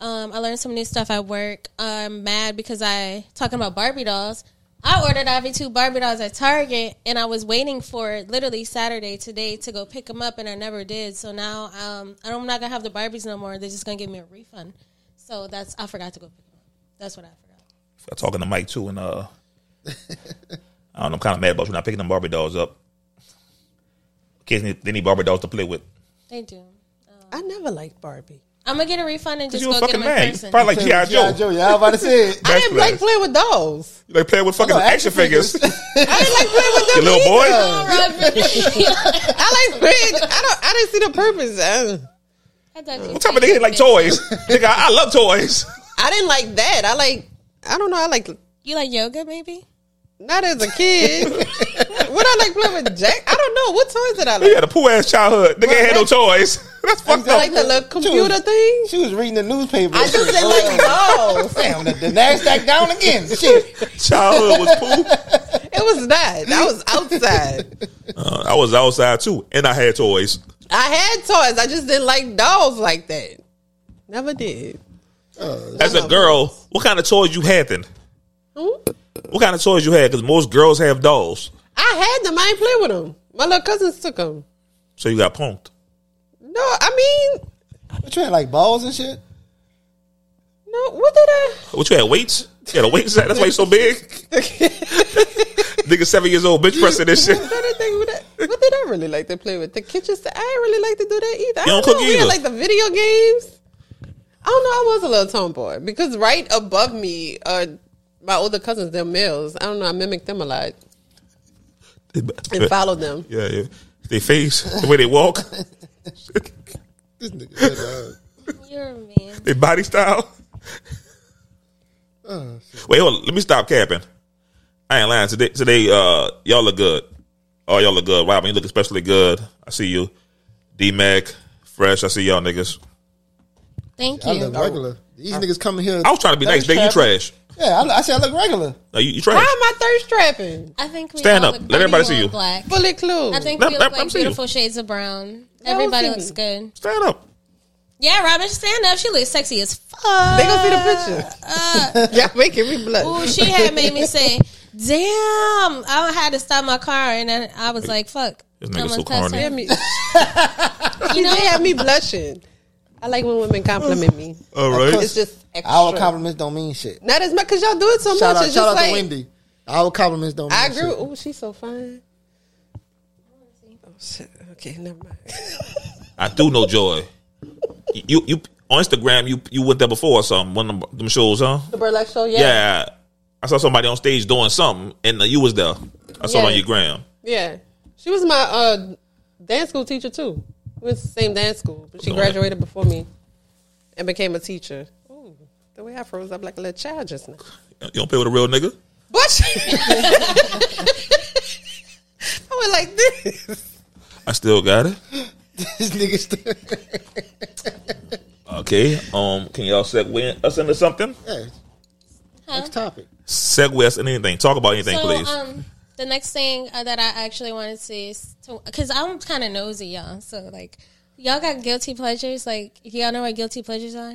Speaker 4: Um, I learned some new stuff at work. I'm mad because I talking about Barbie dolls. I ordered Ivy two Barbie dolls at Target, and I was waiting for it literally Saturday today to go pick them up, and I never did. So now um, I'm not gonna have the Barbies no more. They're just gonna give me a refund. So that's I forgot to go pick them up. That's what I forgot.
Speaker 1: I'm talking to Mike too, and uh, I don't know. I'm kind of mad about you not picking them Barbie dolls up. Kids need they need Barbie dolls to play with.
Speaker 4: They do.
Speaker 3: I never liked Barbie.
Speaker 4: I'm gonna get a refund and
Speaker 1: 'Cause
Speaker 4: just
Speaker 1: you a
Speaker 4: go get
Speaker 1: fucking
Speaker 4: them
Speaker 1: man.
Speaker 4: in
Speaker 1: You
Speaker 4: person.
Speaker 1: probably like GI Joe.
Speaker 2: G.I. Joe, yeah, I was about to say it.
Speaker 3: I
Speaker 1: That's
Speaker 3: didn't like
Speaker 1: nice.
Speaker 3: playing with dolls.
Speaker 1: You like playing with fucking
Speaker 2: No, action
Speaker 1: action figures.
Speaker 3: I didn't like playing
Speaker 1: Your little boy.
Speaker 3: with them. I like playing. I don't. I didn't see the purpose. Uh,
Speaker 1: What type of nigga like toys? nigga, I, I love toys.
Speaker 3: I didn't like that. I like. I don't know. I like
Speaker 4: You like yoga, maybe?
Speaker 3: not as a kid. what I like playing with Jack. I don't know what toys did I
Speaker 1: He
Speaker 3: like.
Speaker 1: had a poor ass childhood. Nigga ain't had no toys. That's fucked
Speaker 3: I
Speaker 1: up.
Speaker 3: like the little computer thing.
Speaker 2: She was reading the newspaper.
Speaker 3: I just didn't like dolls.
Speaker 2: Damn, the, the Nasdaq down again. Shit,
Speaker 1: Childhood was cool.
Speaker 3: It was not. I was outside.
Speaker 1: Uh, I was outside too, and I had toys.
Speaker 3: I had toys. I just didn't like dolls like that. Never did.
Speaker 1: As a girl, what kind of toys you had then?
Speaker 3: Hmm?
Speaker 1: What kind of toys you had? Because most girls have dolls,
Speaker 3: I had them. I ain't play with them. My little cousins took them.
Speaker 1: so you got punked.
Speaker 3: No, I mean,
Speaker 2: what you had like balls and shit?
Speaker 3: no. What did I?
Speaker 1: What you had weights? You had a weight set. That's why you so big. Nigga, seven years old, bitch pressing this shit.
Speaker 3: What did I think? What did- What did I really like to play with? The kitchen. St- I didn't really like to do that either. I
Speaker 1: You don't
Speaker 3: know.
Speaker 1: cook
Speaker 3: We had
Speaker 1: either.
Speaker 3: like the video games. I don't know. I was a little tomboy because right above me are my older cousins. They're males. I don't know. I mimicked them a lot and followed them.
Speaker 1: Yeah, yeah. They face the way they walk,
Speaker 7: This nigga said, uh,
Speaker 4: You're a man.
Speaker 1: their body style.
Speaker 3: Oh,
Speaker 1: Wait, hold. on. Let me stop capping. I ain't lying. Today, today, uh, y'all look good. Oh, y'all look good. Robin, you look especially good. I see you. D Mac, Fresh. I see y'all niggas.
Speaker 4: Thank
Speaker 7: I
Speaker 4: you.
Speaker 7: look regular. These niggas coming here.
Speaker 1: I was trying to be nice. They you trash.
Speaker 2: Yeah, I, I said I look regular.
Speaker 1: No, you, you
Speaker 3: Why am
Speaker 1: trash.
Speaker 3: I thirst trapping?
Speaker 4: I think we
Speaker 1: Stand
Speaker 4: all
Speaker 1: up. Let
Speaker 4: look pretty
Speaker 1: everybody
Speaker 4: well
Speaker 1: see you.
Speaker 4: Black.
Speaker 3: Fully clue.
Speaker 4: I think
Speaker 1: Let-
Speaker 4: we
Speaker 1: let-
Speaker 4: look
Speaker 1: let them
Speaker 4: like
Speaker 1: see you.
Speaker 4: beautiful shades of brown.
Speaker 3: don't
Speaker 4: Everybody
Speaker 3: see me.
Speaker 4: looks good.
Speaker 1: Stand up.
Speaker 4: Yeah, Robin, stand up. She looks sexy as fuck.
Speaker 3: they gonna see the picture. Y'all making me
Speaker 4: uh, Ooh,
Speaker 3: blush.
Speaker 4: she had made me say, "Damn!" I had to stop my car, and then I was like, "Fuck."
Speaker 1: This nigga
Speaker 4: I'm
Speaker 1: so
Speaker 4: gonna cuss
Speaker 1: corny.
Speaker 4: her.
Speaker 3: Damn me. They
Speaker 4: You know,
Speaker 3: had me blushing. I like when women compliment me.
Speaker 1: All right.
Speaker 3: It's just extra.
Speaker 2: Our compliments don't mean shit.
Speaker 3: Not as much because y'all do it so
Speaker 7: shout
Speaker 3: much.
Speaker 7: out,
Speaker 3: it's
Speaker 7: shout
Speaker 3: just
Speaker 7: out
Speaker 3: like
Speaker 7: to Wendy. Our compliments don't.
Speaker 3: I
Speaker 7: mean
Speaker 3: agree.
Speaker 7: shit.
Speaker 3: Oh, she's so fine. Shit, Okay, never mind.
Speaker 1: I do know joy. You you on Instagram you you went there before or something one of them, them shows huh?
Speaker 3: The burlesque show, yeah.
Speaker 1: Yeah. I saw somebody on stage doing something and uh, you was there. I saw it on
Speaker 3: Yeah.
Speaker 1: your gram.
Speaker 3: Yeah. She was my uh, dance school teacher too. We went to the same dance school, but she
Speaker 1: Go ahead.
Speaker 3: graduated before me and became a teacher. Ooh, the way I froze up like a little child just now.
Speaker 1: You don't play with a real nigga.
Speaker 3: But she- I went like this.
Speaker 1: I still got it.
Speaker 2: This nigga still.
Speaker 1: Okay. Um. Can y'all segue us into something?
Speaker 2: Yeah. Next topic.
Speaker 1: Segue us into anything. Talk about anything, please.
Speaker 4: um, the next thing uh, that I actually wanted to is to because I'm kind of nosy, y'all. So like, y'all got guilty pleasures. Like, y'all know what guilty pleasures are?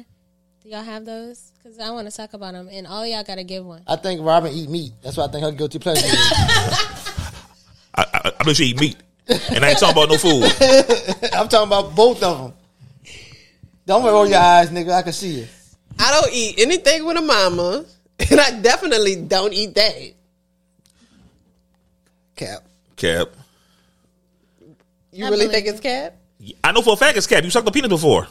Speaker 4: Do y'all have those? Because I want to talk about them, and all y'all got to give one.
Speaker 2: I think Robin eat meat. That's what I think her guilty pleasure is.
Speaker 1: I, I, I know she eat meat, and I ain't talking about no food.
Speaker 2: I'm talking about both of them. Don't roll your eyes, nigga. I can see it.
Speaker 3: I don't eat anything with a mama, and I definitely don't eat that.
Speaker 2: Cap.
Speaker 1: Cap.
Speaker 3: You
Speaker 4: I
Speaker 3: really
Speaker 4: believe
Speaker 3: think it's cat?
Speaker 1: I know for a fact it's cap. You sucked a peanut before.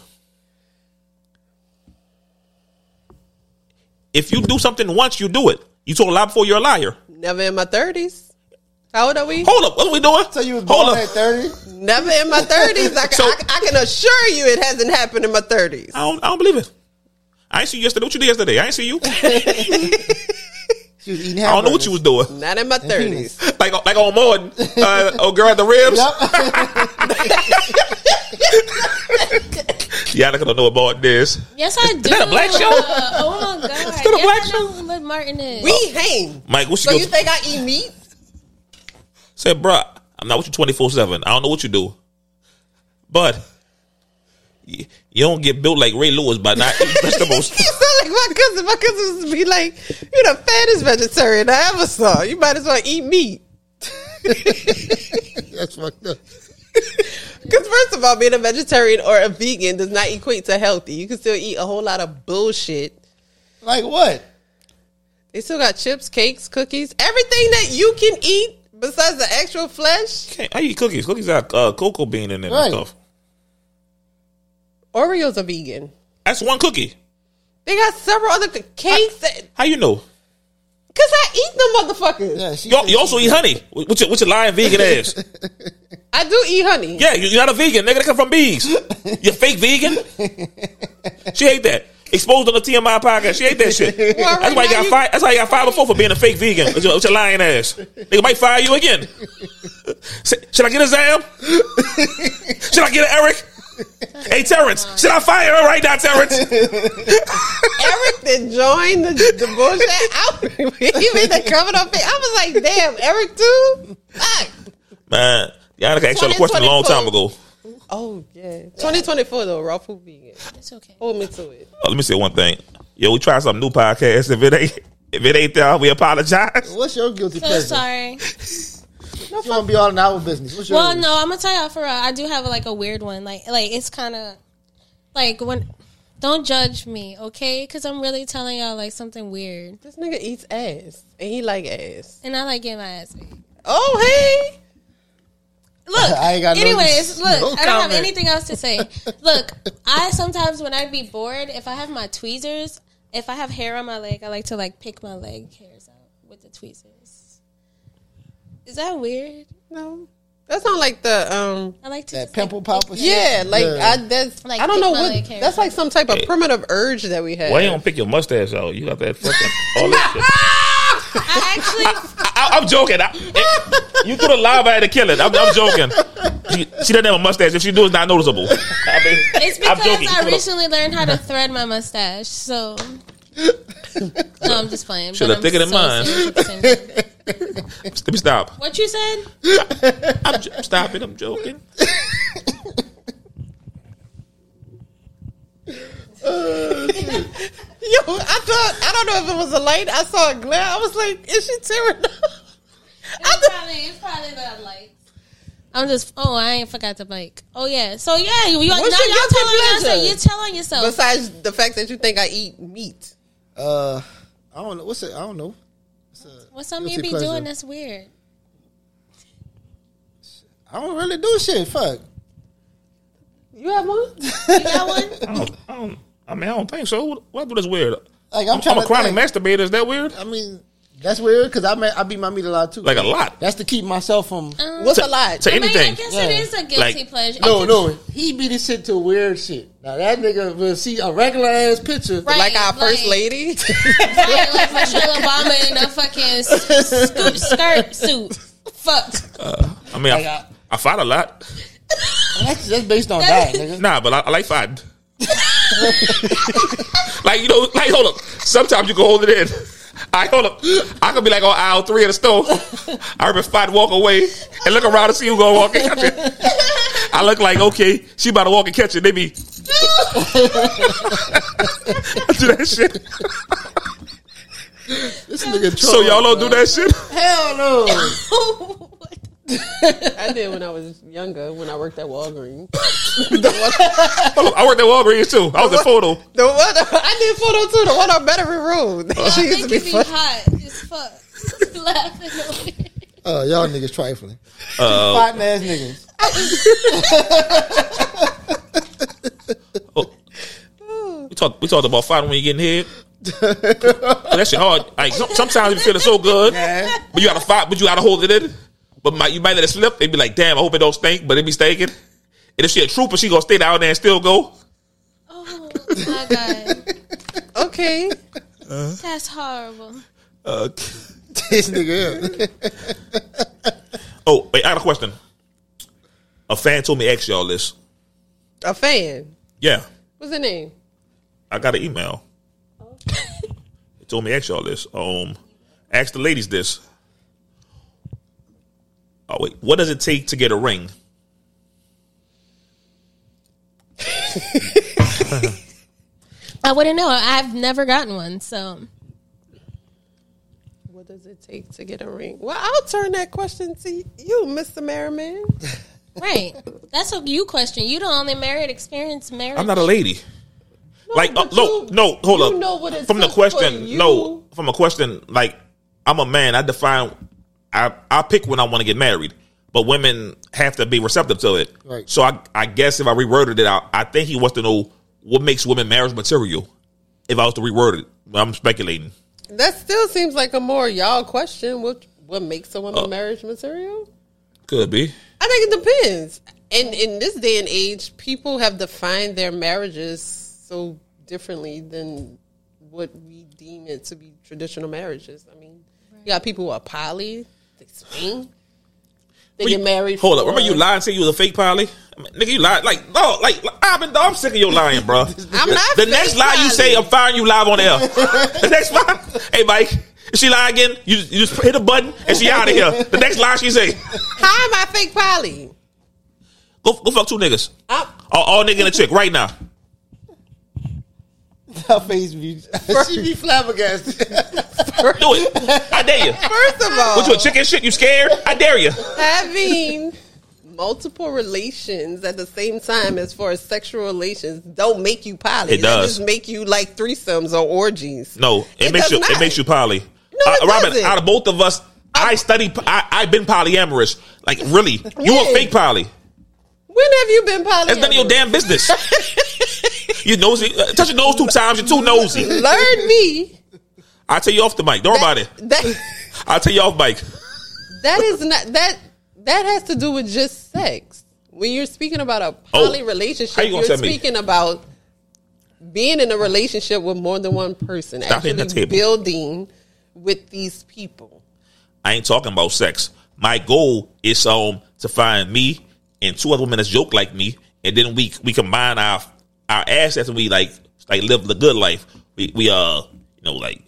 Speaker 1: If you do something once, you do it. You told a lie before you're a liar.
Speaker 3: Never in my thirties. How old are we?
Speaker 1: Hold up, what are we doing?
Speaker 2: So you was
Speaker 1: Hold
Speaker 2: born
Speaker 1: up.
Speaker 2: at 30?
Speaker 3: Never in my thirties. I, can
Speaker 1: So-
Speaker 3: I, I can assure you, it hasn't happened in my thirties.
Speaker 1: I don't, I don't believe it. I ain't see you yesterday. What you did yesterday? I ain't see you. I
Speaker 2: She was eating
Speaker 1: don't know what you was
Speaker 2: Mm.
Speaker 1: doing.
Speaker 3: Not in my thirties.
Speaker 1: Like like on Morton, uh, oh girl at the ribs.
Speaker 2: Yep.
Speaker 1: Yeah, I don't know what Morton is.
Speaker 4: Yes, I do.
Speaker 1: that a black show?
Speaker 4: Uh, oh my god! Is
Speaker 1: that a black
Speaker 4: yes, I
Speaker 1: show?
Speaker 4: know who Liv Martin is.
Speaker 3: We hang.
Speaker 1: Mike, what you,
Speaker 3: So
Speaker 1: Oh. go
Speaker 3: you think I eat meat?
Speaker 1: say, bruh, I'm not with you 24 seven. I don't know what you do, but you, you don't get built like Ray Lewis by not eating
Speaker 3: You
Speaker 1: vegetables.
Speaker 3: sound like my cousin. My cousin used to be like, "You the fattest vegetarian I ever saw. You might as well eat meat."
Speaker 7: That's fucked up.
Speaker 3: Because first of all, being a vegetarian or a vegan does not equate to healthy. You can still eat a whole lot of bullshit.
Speaker 2: like what?
Speaker 3: They still got chips, cakes, cookies, everything that you can eat besides the actual flesh.
Speaker 1: Can't- I eat cookies. Cookies got uh, cocoa bean in it
Speaker 2: Right.
Speaker 1: and stuff.
Speaker 3: Oreos are vegan.
Speaker 1: That's one cookie.
Speaker 3: They got several other c- cakes. That,
Speaker 1: How you know?
Speaker 3: Cause I eat them motherfuckers.
Speaker 2: Yeah, she
Speaker 1: You, you also eat honey. What's your, with your lying vegan ass?
Speaker 3: I do eat honey.
Speaker 1: Yeah, you, you're not a vegan. Nigga, they come from bees. You fake vegan. She ate that. Exposed on the TMI podcast. She ate that shit.
Speaker 3: Well,
Speaker 1: that's why you
Speaker 3: right now
Speaker 1: got
Speaker 3: you-
Speaker 1: fired. That's why you got fired before for being a fake vegan. With your, with your lying ass, nigga might fire you again. Say, Should I get a Zam? Should I get an Eric? Hey Terrence, should I fire her right now, Terrence?
Speaker 3: Eric that joined the, the bullshit. I, even the coming up, I was like, damn, Eric too. Fuck.
Speaker 1: Man, y'all asked y'all a question a long time ago.
Speaker 3: Oh yeah, 2024 though, raw food vegan.
Speaker 4: It's okay.
Speaker 3: Hold me to it.
Speaker 1: Oh, let me say one thing. Yo, we try some new podcast. If it ain't, if it ain't there, we apologize.
Speaker 2: What's your guilty
Speaker 4: So
Speaker 2: pleasure?
Speaker 4: sorry.
Speaker 2: You want to be all in our business. What's your
Speaker 4: Well, no, I'm gonna tell y'all for real. I do have like a weird one. Like, like it's kind of like when. Don't judge me, okay? Because I'm really telling y'all like something weird,
Speaker 3: This nigga eats ass, and he like ass.
Speaker 4: and I like getting my ass beat.
Speaker 3: Oh hey,
Speaker 4: Look,
Speaker 2: I ain't got no-
Speaker 4: anyways, look,
Speaker 2: no
Speaker 4: I don't have
Speaker 2: comment.
Speaker 4: anything else to say. look, I sometimes when I be bored, if I have my tweezers, if I have hair on my leg, I like to like pick my leg hairs out with the tweezers. Is that weird?
Speaker 3: no, that's not like the um.
Speaker 4: I like to
Speaker 2: That
Speaker 4: just,
Speaker 2: pimple popper shit?
Speaker 3: Yeah, like
Speaker 2: Yeah.
Speaker 3: I that's
Speaker 4: Like
Speaker 3: I don't know
Speaker 4: thick
Speaker 3: what
Speaker 4: mullet hair.
Speaker 3: that's like some type of
Speaker 1: Hey.
Speaker 3: primitive urge that we have.
Speaker 1: Why you don't pick your mustache out? You got that fucking all that shit.
Speaker 3: Ah!
Speaker 4: Like, I actually,
Speaker 1: I, I'm joking. I, it- you threw the live at to kill it. I'm, I'm joking. She, she doesn't have a mustache. If she do, it's not noticeable. I mean,
Speaker 4: it's
Speaker 1: I'm
Speaker 4: because
Speaker 1: joking.
Speaker 4: I
Speaker 1: You threw the-
Speaker 4: recently learned how to thread my mustache. So, no, I'm just playing.
Speaker 1: Shoulda
Speaker 4: but I'm
Speaker 1: thicker than mine.
Speaker 4: serious at the same time.
Speaker 1: Let me stop.
Speaker 4: What you said?
Speaker 1: I'm jo- stop it. I'm joking.
Speaker 3: Yo, I thought I don't know if it was a light. I saw a glare. I was like, is she tearing up? I
Speaker 4: It's probably, it's probably the lights. I'm just. Oh, I ain't forgot the bike. Oh yeah. So yeah, you, you, now y'all
Speaker 3: What's your guilty
Speaker 4: telling
Speaker 3: pleasure?
Speaker 4: yourself. You're telling yourself.
Speaker 3: Besides the fact that you think I eat meat.
Speaker 2: Uh, I don't know. What's it? I don't know.
Speaker 4: What's something you
Speaker 2: guilty
Speaker 4: be
Speaker 2: pleasure.
Speaker 4: doing that's weird?
Speaker 2: I I don't really do shit. Fuck.
Speaker 3: You have one?
Speaker 4: That one?
Speaker 1: I don't, I don't. I mean, I don't think so. What- What I do that's weird?
Speaker 2: Like
Speaker 1: I'm,
Speaker 2: I'm,
Speaker 1: I'm
Speaker 2: trying
Speaker 1: a
Speaker 2: to
Speaker 1: chronic
Speaker 2: think.
Speaker 1: masturbator. Is that weird?
Speaker 2: I mean, that's weird because I ma- I beat my meat a lot too.
Speaker 1: Like a lot.
Speaker 2: That's to keep myself from.
Speaker 4: Um,
Speaker 3: What's a lot?
Speaker 1: To
Speaker 4: I mean, I
Speaker 1: anything.
Speaker 4: guess
Speaker 2: Yeah.
Speaker 4: it is a guilty
Speaker 1: Like-
Speaker 4: pleasure.
Speaker 2: No,
Speaker 4: It
Speaker 2: no, he beat his shit to weird shit. Now that nigga will see a regular ass picture.
Speaker 4: Right.
Speaker 3: like our first
Speaker 4: like-
Speaker 3: lady?
Speaker 4: could- Right, like Michelle Obama in a fucking s- scoop skirt suit. Fuck.
Speaker 1: I mean,
Speaker 2: Like, I-
Speaker 1: I, I fight a lot.
Speaker 2: That's that's based on diet, nigga.
Speaker 1: Nah, but I, I like fighting. like you know, like hold up. Sometimes you can hold it in. I hold up. I could be like on aisle three of the store. I remember fight walk away and look around and see who gonna walk and catch it. I look like okay, she about to walk and catch it. They be I do that shit.
Speaker 2: This nigga.
Speaker 1: So y'all don't do that shit.
Speaker 2: Hell no.
Speaker 3: I did when I was younger, when I worked at Walgreens.
Speaker 1: Hold up, I worked at Walgreens too. I was in photo.
Speaker 3: The one I did photo too, the one on Battery Road.
Speaker 4: I
Speaker 3: she used to
Speaker 4: think
Speaker 3: be
Speaker 4: it'd be
Speaker 3: fun.
Speaker 4: hot as fuck. Laughing over it.
Speaker 7: Uh, y'all niggas trifling.
Speaker 1: Uh,
Speaker 2: Fighting ass niggas.
Speaker 1: Oh. We talked. We talked about fighting when you getting hit. that shit hard. Like some- sometimes you feeling so good,
Speaker 2: Yeah.
Speaker 1: but you gotta fight. But you gotta hold it in. But might you might let it slip. They be like, "Damn, I hope it don't stink," but it be stinking. And if she a trooper, she gonna stay down there and still go.
Speaker 4: Oh my god,
Speaker 3: Okay.
Speaker 4: that's horrible.
Speaker 1: Uh,
Speaker 7: this nigga, yeah.
Speaker 1: oh, wait, I got a question. A fan told me ask y'all this.
Speaker 3: A fan.
Speaker 1: Yeah,
Speaker 3: What's her name?
Speaker 1: I got an email. It told me ask y'all this. Um, ask the ladies this. Oh wait, what does it take to get a ring?
Speaker 4: I wouldn't know. I've never gotten one, so
Speaker 3: What does it take to get a ring? Well, I'll turn that question to you, Mr. Merriman.
Speaker 4: right. That's a you question. You the only married experienced marriage.
Speaker 1: I'm not a lady. like, uh,
Speaker 3: but
Speaker 1: no,
Speaker 3: you-
Speaker 1: no, hold
Speaker 3: you
Speaker 1: up.
Speaker 3: know what it
Speaker 1: from the
Speaker 3: took for
Speaker 1: question,
Speaker 3: you.
Speaker 1: no, from a question, like, I'm a man. I define, I, I pick when I want to get married, but women have to be receptive to it.
Speaker 7: Right.
Speaker 1: So I, I guess if I reworded it, I, I think he wants to know what makes women marriage material. If I was to reword it, I'm speculating.
Speaker 3: That still seems like a more y'all question. What what makes a
Speaker 1: Oh.
Speaker 3: woman marriage material?
Speaker 1: Could be.
Speaker 3: I think it depends. And in this day and age, people have defined their marriages so differently than what we deem it to be traditional marriages. I mean, you got people who are poly, they swing, they get married.
Speaker 1: Hold up.
Speaker 3: for-
Speaker 1: Remember you lying saying you was a fake poly? I mean, nigga, you lied. Like, no, like, I've been, I'm sick of your lying, bro.
Speaker 3: I'm not
Speaker 1: The next
Speaker 3: fake
Speaker 1: lie you say, I'm
Speaker 3: poly.
Speaker 1: firing you live on air. the next lie, hey Mike, if she lie again, you, you just hit a button and she out of here. The next lie she say,
Speaker 3: How am I fake poly?
Speaker 1: go go fuck two niggas,
Speaker 3: I'm,
Speaker 1: all, all nigga and a chick right now.
Speaker 2: Her face be. she be flabbergasted.
Speaker 1: Do it. I dare you.
Speaker 3: first of all,
Speaker 1: What you a chicken shit? You scared? I dare you.
Speaker 3: having multiple relations at the same time as far as sexual relations don't make you poly.
Speaker 1: It
Speaker 3: They
Speaker 1: does.
Speaker 3: just make you like threesomes or orgies.
Speaker 1: No, it,
Speaker 3: It
Speaker 1: makes
Speaker 3: does
Speaker 1: you it
Speaker 3: not.
Speaker 1: makes you poly. Uh,
Speaker 3: it
Speaker 1: Robin,
Speaker 3: doesn't.
Speaker 1: out of both of us, I study. I I've been polyamorous. Like really, you a
Speaker 3: Yeah.
Speaker 1: fake poly.
Speaker 3: When have you been poly?
Speaker 1: That's none of your damn business. you nosy. Uh, touch your nose two times. You're too nosy.
Speaker 3: Learn me.
Speaker 1: I tell you off the mic. Don't worry about it.
Speaker 3: That
Speaker 1: I'll tell you off mic.
Speaker 3: that is not that that has to do with just sex. When you're speaking about a
Speaker 1: Oh,
Speaker 3: poly
Speaker 1: how
Speaker 3: relationship,
Speaker 1: you
Speaker 3: you
Speaker 1: gonna
Speaker 3: are
Speaker 1: tell me?
Speaker 3: speaking about being in a relationship with more than one person,
Speaker 1: Stop hitting
Speaker 3: actually
Speaker 1: the table.
Speaker 3: building with these people.
Speaker 1: I ain't talking about sex. My goal is um to find me and two other women that's joke like me, and then we we combine our our assets and we like like live the good life. We we uh you know like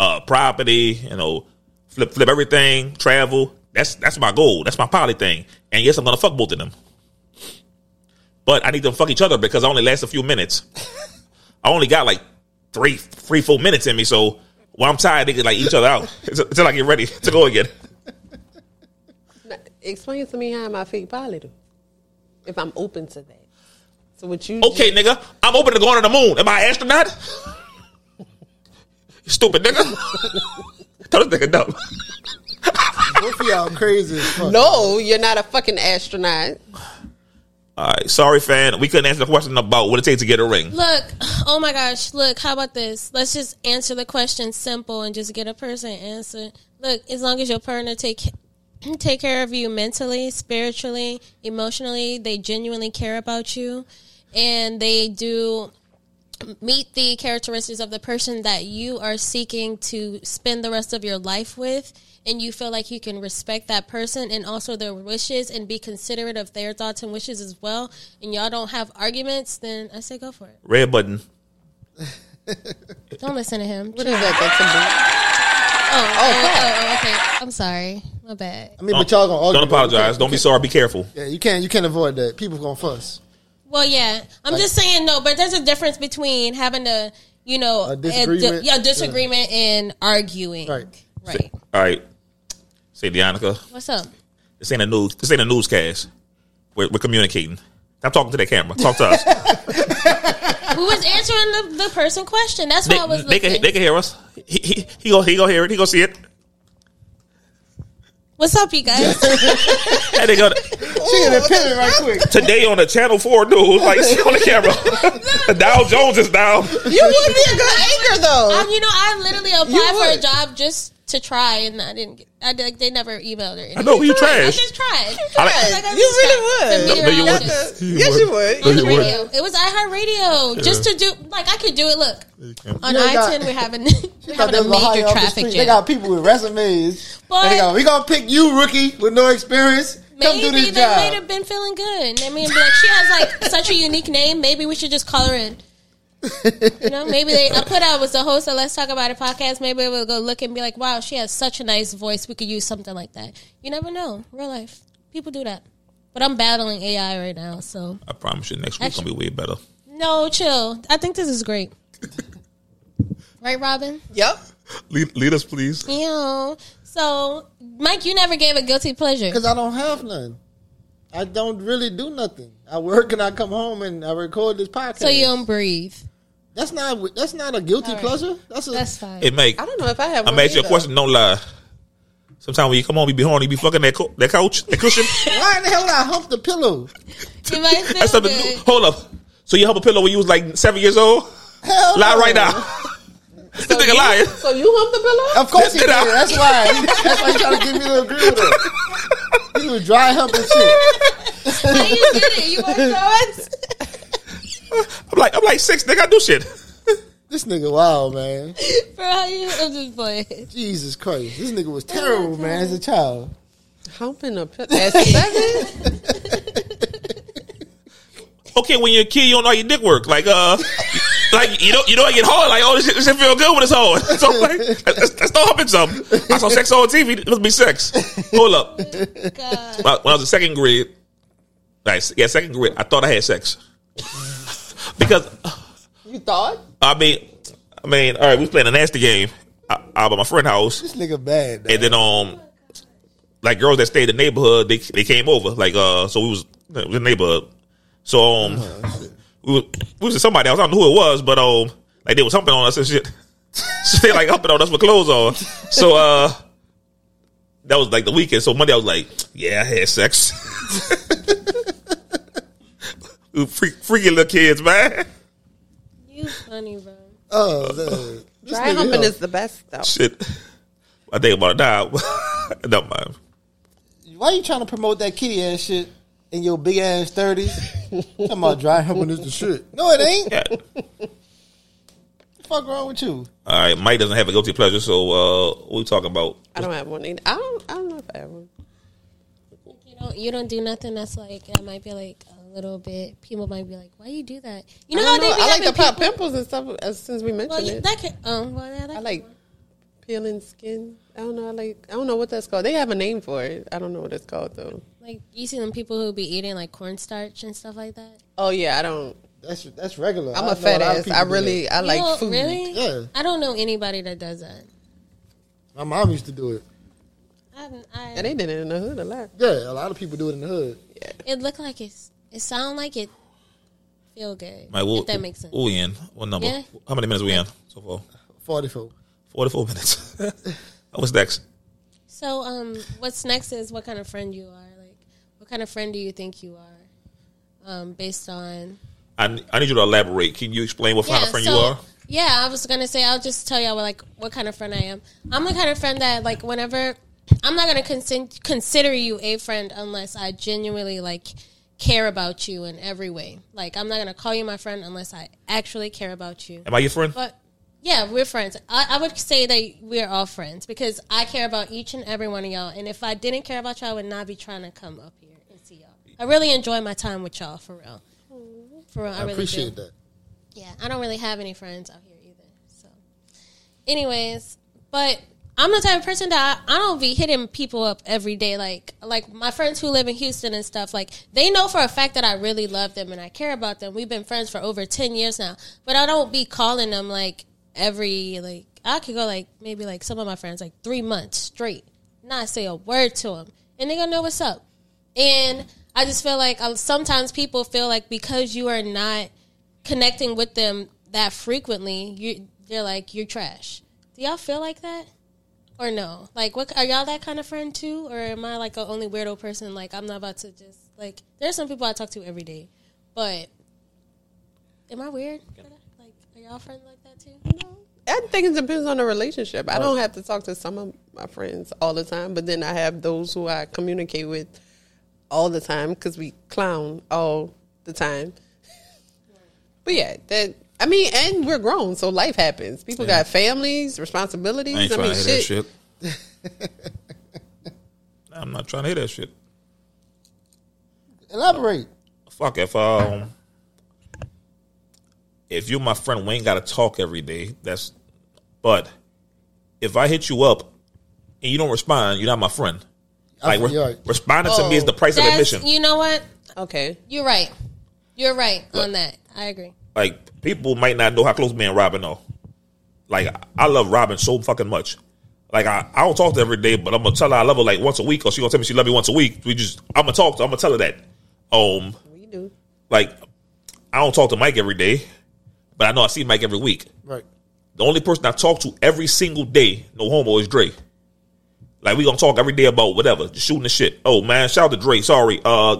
Speaker 1: uh property, you know, flip flip everything, travel. That's that's my goal. That's my poly thing. And yes, I'm gonna fuck both of them. But I need them to fuck each other because I only last a few minutes. I only got like three, three, four minutes in me. So when I'm tired, they can like eat each other out until until I get ready to go again.
Speaker 3: Now, explain to me how am I fake poly though? If I'm open to that. So what you
Speaker 1: Okay, nigga, I'm open to going to the moon. Am I an astronaut? Stupid nigga. Tell this nigga no.
Speaker 7: Both of y'all crazy as fuck.
Speaker 3: No, you're not a fucking astronaut.
Speaker 1: All right, sorry, fan. We couldn't answer the question about what it takes to get a ring.
Speaker 4: Look, oh my gosh, look, how about this? Let's just answer the question simple and just get a person answer. Look, as long as your partner take take care of you mentally, spiritually, emotionally, they genuinely care about you and they do meet the characteristics of the person that you are seeking to spend the rest of your life with and you feel like you can respect that person and also their wishes and be considerate of their thoughts and wishes as well and y'all don't have arguments then i say go for it
Speaker 1: Red button.
Speaker 4: don't listen to him
Speaker 3: What is that?
Speaker 4: oh, oh, oh, okay i'm sorry my bad
Speaker 7: I mean, but y'all gonna argue.
Speaker 1: Don't
Speaker 7: about it.
Speaker 1: apologize. Don't be sorry. Be careful.
Speaker 7: Yeah, you can't. You can't avoid that. People gonna fuss.
Speaker 4: Well, yeah, I'm just saying no, but there's a difference between having a you know
Speaker 7: A disagreement.
Speaker 4: di- yeah, disagreement and arguing.
Speaker 7: Right.
Speaker 4: right.
Speaker 1: All right. Say, Deonica,
Speaker 4: What's up?
Speaker 1: this ain't a news. This ain't a newscast. We're, we're communicating. Stop talking to that camera. Talk to us.
Speaker 4: Who was answering the, the person question? That's why
Speaker 1: they,
Speaker 4: I was
Speaker 1: they
Speaker 4: looking.
Speaker 1: can, they can hear us. He he he gonna, he gonna hear it. He gonna see it.
Speaker 4: What's up, you guys?
Speaker 1: That nigga,
Speaker 7: She in the pivot right quick.
Speaker 1: today on the Channel Four news, like she on the camera. Dow Jones is down.
Speaker 3: You would be a good anchor
Speaker 4: Um,
Speaker 3: though.
Speaker 4: you know, I literally applied for a
Speaker 3: would.
Speaker 4: job just to try, and I didn't. get- I did, they never emailed or anything. I
Speaker 1: know, you
Speaker 4: I
Speaker 1: trash.
Speaker 4: just tried.
Speaker 1: I like-
Speaker 4: Like, I
Speaker 3: You
Speaker 4: just
Speaker 3: really
Speaker 4: tried.
Speaker 3: would.
Speaker 4: To
Speaker 1: No,
Speaker 4: meet
Speaker 1: you
Speaker 4: around
Speaker 1: wouldn't.
Speaker 4: just-
Speaker 3: Yes, you would.
Speaker 4: on radio. It was iHeartRadio just to do like I could do it. Look on
Speaker 7: You ain't got-
Speaker 4: I ten, we're having we're
Speaker 7: Got
Speaker 4: having a
Speaker 7: them Ohio
Speaker 4: major
Speaker 7: off the
Speaker 4: traffic
Speaker 7: street.
Speaker 4: jam.
Speaker 7: They got people with resumes.
Speaker 4: But-
Speaker 7: And they go, we gonna pick you, rookie, with no experience. Come do
Speaker 4: Maybe
Speaker 7: this
Speaker 4: they might
Speaker 7: job.
Speaker 4: have been feeling good. I mean, be like, she has like such a unique name. Maybe we should just call her in. You know, maybe they. I put out was the host of Let's Talk About It podcast. Maybe we'll go look and be like, wow, she has such a nice voice. We could use something like that. You never know. Real life, people do that. But I'm battling AI right now, so
Speaker 1: I promise you, next week's gonna be way better.
Speaker 4: no, chill. I think this is great. Right, Robin?
Speaker 3: Yep.
Speaker 1: Lead, lead us, please.
Speaker 4: Yeah. So, Mike, you never gave a guilty pleasure.
Speaker 7: Because I don't have none. I don't really do nothing. I work and I come home and I record this podcast.
Speaker 4: So you don't breathe.
Speaker 7: That's not. That's not a guilty
Speaker 4: All right.
Speaker 7: pleasure. That's a.
Speaker 4: That's fine.
Speaker 1: Hey, Mike.
Speaker 3: I don't know if I have.
Speaker 1: I'm
Speaker 3: one
Speaker 1: asking you a
Speaker 3: either.
Speaker 1: question. Don't lie. Sometimes when you come home, you be horny. You be fucking that co- that couch, that cushion.
Speaker 7: why in the hell would I hump the pillow?
Speaker 4: You might feel
Speaker 1: That's something.
Speaker 4: good.
Speaker 1: New. Hold up. So you held a pillow when you was like seven years old?
Speaker 7: Hell
Speaker 1: Lie
Speaker 7: no.
Speaker 1: right now. this nigga lying.
Speaker 3: So you hump the pillow?
Speaker 7: Of course he
Speaker 1: Did I?
Speaker 7: did. That's why. That's why he trying to get me to agree with him. He was dry humping shit.
Speaker 4: How you did it? You worked yours?
Speaker 1: I'm like I'm like six. Nigga, I do shit.
Speaker 7: This nigga, wow, man.
Speaker 4: Bro, how you? I'm just playing.
Speaker 7: Jesus Christ, this nigga was terrible, man. As a child,
Speaker 3: Humping a pillow at seven?
Speaker 1: Okay, when you're a kid, you don't know how your dick work. Like uh, like you know you know it get hard. Like oh, this shit, this shit feel good when it's hard. So I'm like, let's, let's start humping something. I saw sex on TV. It must be sex. Hold up.
Speaker 4: God.
Speaker 1: When I- when I was in second grade, like yeah, second grade, I thought I had sex because
Speaker 3: you thought?
Speaker 1: I mean, I mean, all right, we was playing a nasty game. I, I was at my friend's house,
Speaker 7: this nigga bad.
Speaker 1: and then um, like girls that stayed in the neighborhood, they they came over. Like uh, so we was, we was in the neighborhood. So um, we was we was at somebody else. I don't know who it was, but um, like they was humping on us and shit. so they like humping on us with clothes on. So uh, that was like the weekend. So Monday I was like, yeah, I had sex. We were Freak, freaky little kids, man.
Speaker 4: You funny, bro.
Speaker 7: Oh, man. This
Speaker 3: Dry
Speaker 7: nigga
Speaker 3: humping
Speaker 7: here.
Speaker 3: is the best though.
Speaker 1: shit. I think about it now. Don't mind.
Speaker 7: Why you trying to promote that kitty ass shit in your big ass thirties? Talking about dry humping is the shit. No, it ain't.
Speaker 1: Yeah.
Speaker 7: the fuck wrong with you?
Speaker 1: All right, Mike doesn't have a guilty pleasure, so uh, what we talking about?
Speaker 3: I don't have one either. I don't. I don't know if I have one.
Speaker 4: You don't, you don't do nothing that's like, I might be like a little bit, people might be like, why you do that? You
Speaker 3: I,
Speaker 4: know
Speaker 3: don't
Speaker 4: how
Speaker 3: know.
Speaker 4: they be
Speaker 3: I like to
Speaker 4: having
Speaker 3: pop
Speaker 4: people-
Speaker 3: pimples and stuff. As since we mentioned
Speaker 4: Well, you,
Speaker 3: it,
Speaker 4: that could, um, well, yeah, that
Speaker 3: I like peeling skin. I don't know. I like. I don't know what that's called. They have a name for it. I don't know what it's called though.
Speaker 4: like, you see them people who be eating like cornstarch and stuff like that.
Speaker 3: Oh yeah, I don't.
Speaker 7: That's that's regular.
Speaker 3: I'm
Speaker 7: I
Speaker 3: a
Speaker 7: know
Speaker 3: fat
Speaker 7: lot of
Speaker 3: ass.
Speaker 7: people
Speaker 3: I
Speaker 7: do
Speaker 3: really.
Speaker 7: that.
Speaker 3: I
Speaker 4: You
Speaker 3: like
Speaker 4: know,
Speaker 3: food.
Speaker 4: Really?
Speaker 7: Yeah.
Speaker 4: I don't know anybody that does that.
Speaker 7: My mom used to do it.
Speaker 4: I,
Speaker 3: And
Speaker 4: I,
Speaker 3: they did it in the hood a lot.
Speaker 7: Yeah, a lot of people do it in the hood.
Speaker 4: it look like it's, it sound like it feel good.
Speaker 1: Mike, what,
Speaker 4: if that makes sense.
Speaker 1: What we in? What number?
Speaker 4: Yeah.
Speaker 1: How many minutes we in so far?
Speaker 7: Forty four.
Speaker 1: Forty-four minutes. What's next?
Speaker 4: So, um, what's next is what kind of friend you are. Like, what kind of friend do you think you are, um, based on
Speaker 1: I, I need you to elaborate. Can you explain what kind of friend
Speaker 4: so,
Speaker 1: you are?
Speaker 4: Yeah, I was gonna say I'll just tell y'all what, like what kind of friend I am. I'm the kind of friend that like whenever I'm not gonna consent, consider you a friend unless I genuinely like care about you in every way. Like I'm not gonna call you my friend unless I actually care about you.
Speaker 1: Am I your friend?
Speaker 4: But yeah, we're friends. I, I would say that we're all friends because I care about each and every one of y'all. And if I didn't care about y'all, I would not be trying to come up here and see y'all. I really enjoy my time with y'all for real. For real, I,
Speaker 7: I
Speaker 4: really do.
Speaker 7: appreciate that.
Speaker 4: Yeah, I don't really have any friends out here either. So, anyways, but I'm the type of person that I, I don't be hitting people up every day. Like, like my friends who live in Houston and stuff. Like, they know for a fact that I really love them and I care about them. We've been friends for over ten years now, but I don't be calling them like every like. I could go like maybe like some of my friends like three months straight, not say a word to them, and they gonna know what's up. And I just feel like uh, sometimes people feel like because you are not connecting with them that frequently, you they're like you're trash. Do y'all feel like that? Or no? Like what are y'all that kind of friend too or am I like a only weirdo person like I'm not about to just like there's some people I talk to every day. But am I weird? for that? Like are y'all friends like that too?
Speaker 3: I think it depends on the relationship. I don't have to talk to some of my friends all the time, but then I have those who I communicate with all the time because we clown all the time. But yeah, that I mean, and we're grown, so life happens. People got families, responsibilities.
Speaker 1: I
Speaker 3: I,
Speaker 1: ain't trying
Speaker 3: mean,
Speaker 1: to hear
Speaker 3: shit.
Speaker 1: that shit. I'm not trying to hear that shit.
Speaker 7: Elaborate.
Speaker 1: Fuck if um, if you're my friend, we ain't gotta talk every day. That's but if I hit you up and you don't respond, you're not my friend. Like re-
Speaker 7: yeah.
Speaker 1: responding to me is the price of
Speaker 4: That's,
Speaker 1: admission.
Speaker 4: you know what?
Speaker 3: Okay,
Speaker 4: You're right. You're right on that. I agree.
Speaker 1: like people might not know how close me and Robin are. Like I love Robin so fucking much. Like I, I don't talk to her every day, but I'm gonna tell her I love her like once a week, or she gonna tell me she love me once a week. We just I'm gonna talk to her, I'm gonna tell her that. Um
Speaker 3: we do.
Speaker 1: like I don't talk to Mike every day, but I know I see Mike every week.
Speaker 7: Right.
Speaker 1: The only person I talk to every single day, no homo, is Dre. Like we gonna talk every day about whatever, just shooting the shit. Oh man, shout out to Dre. Sorry, uh,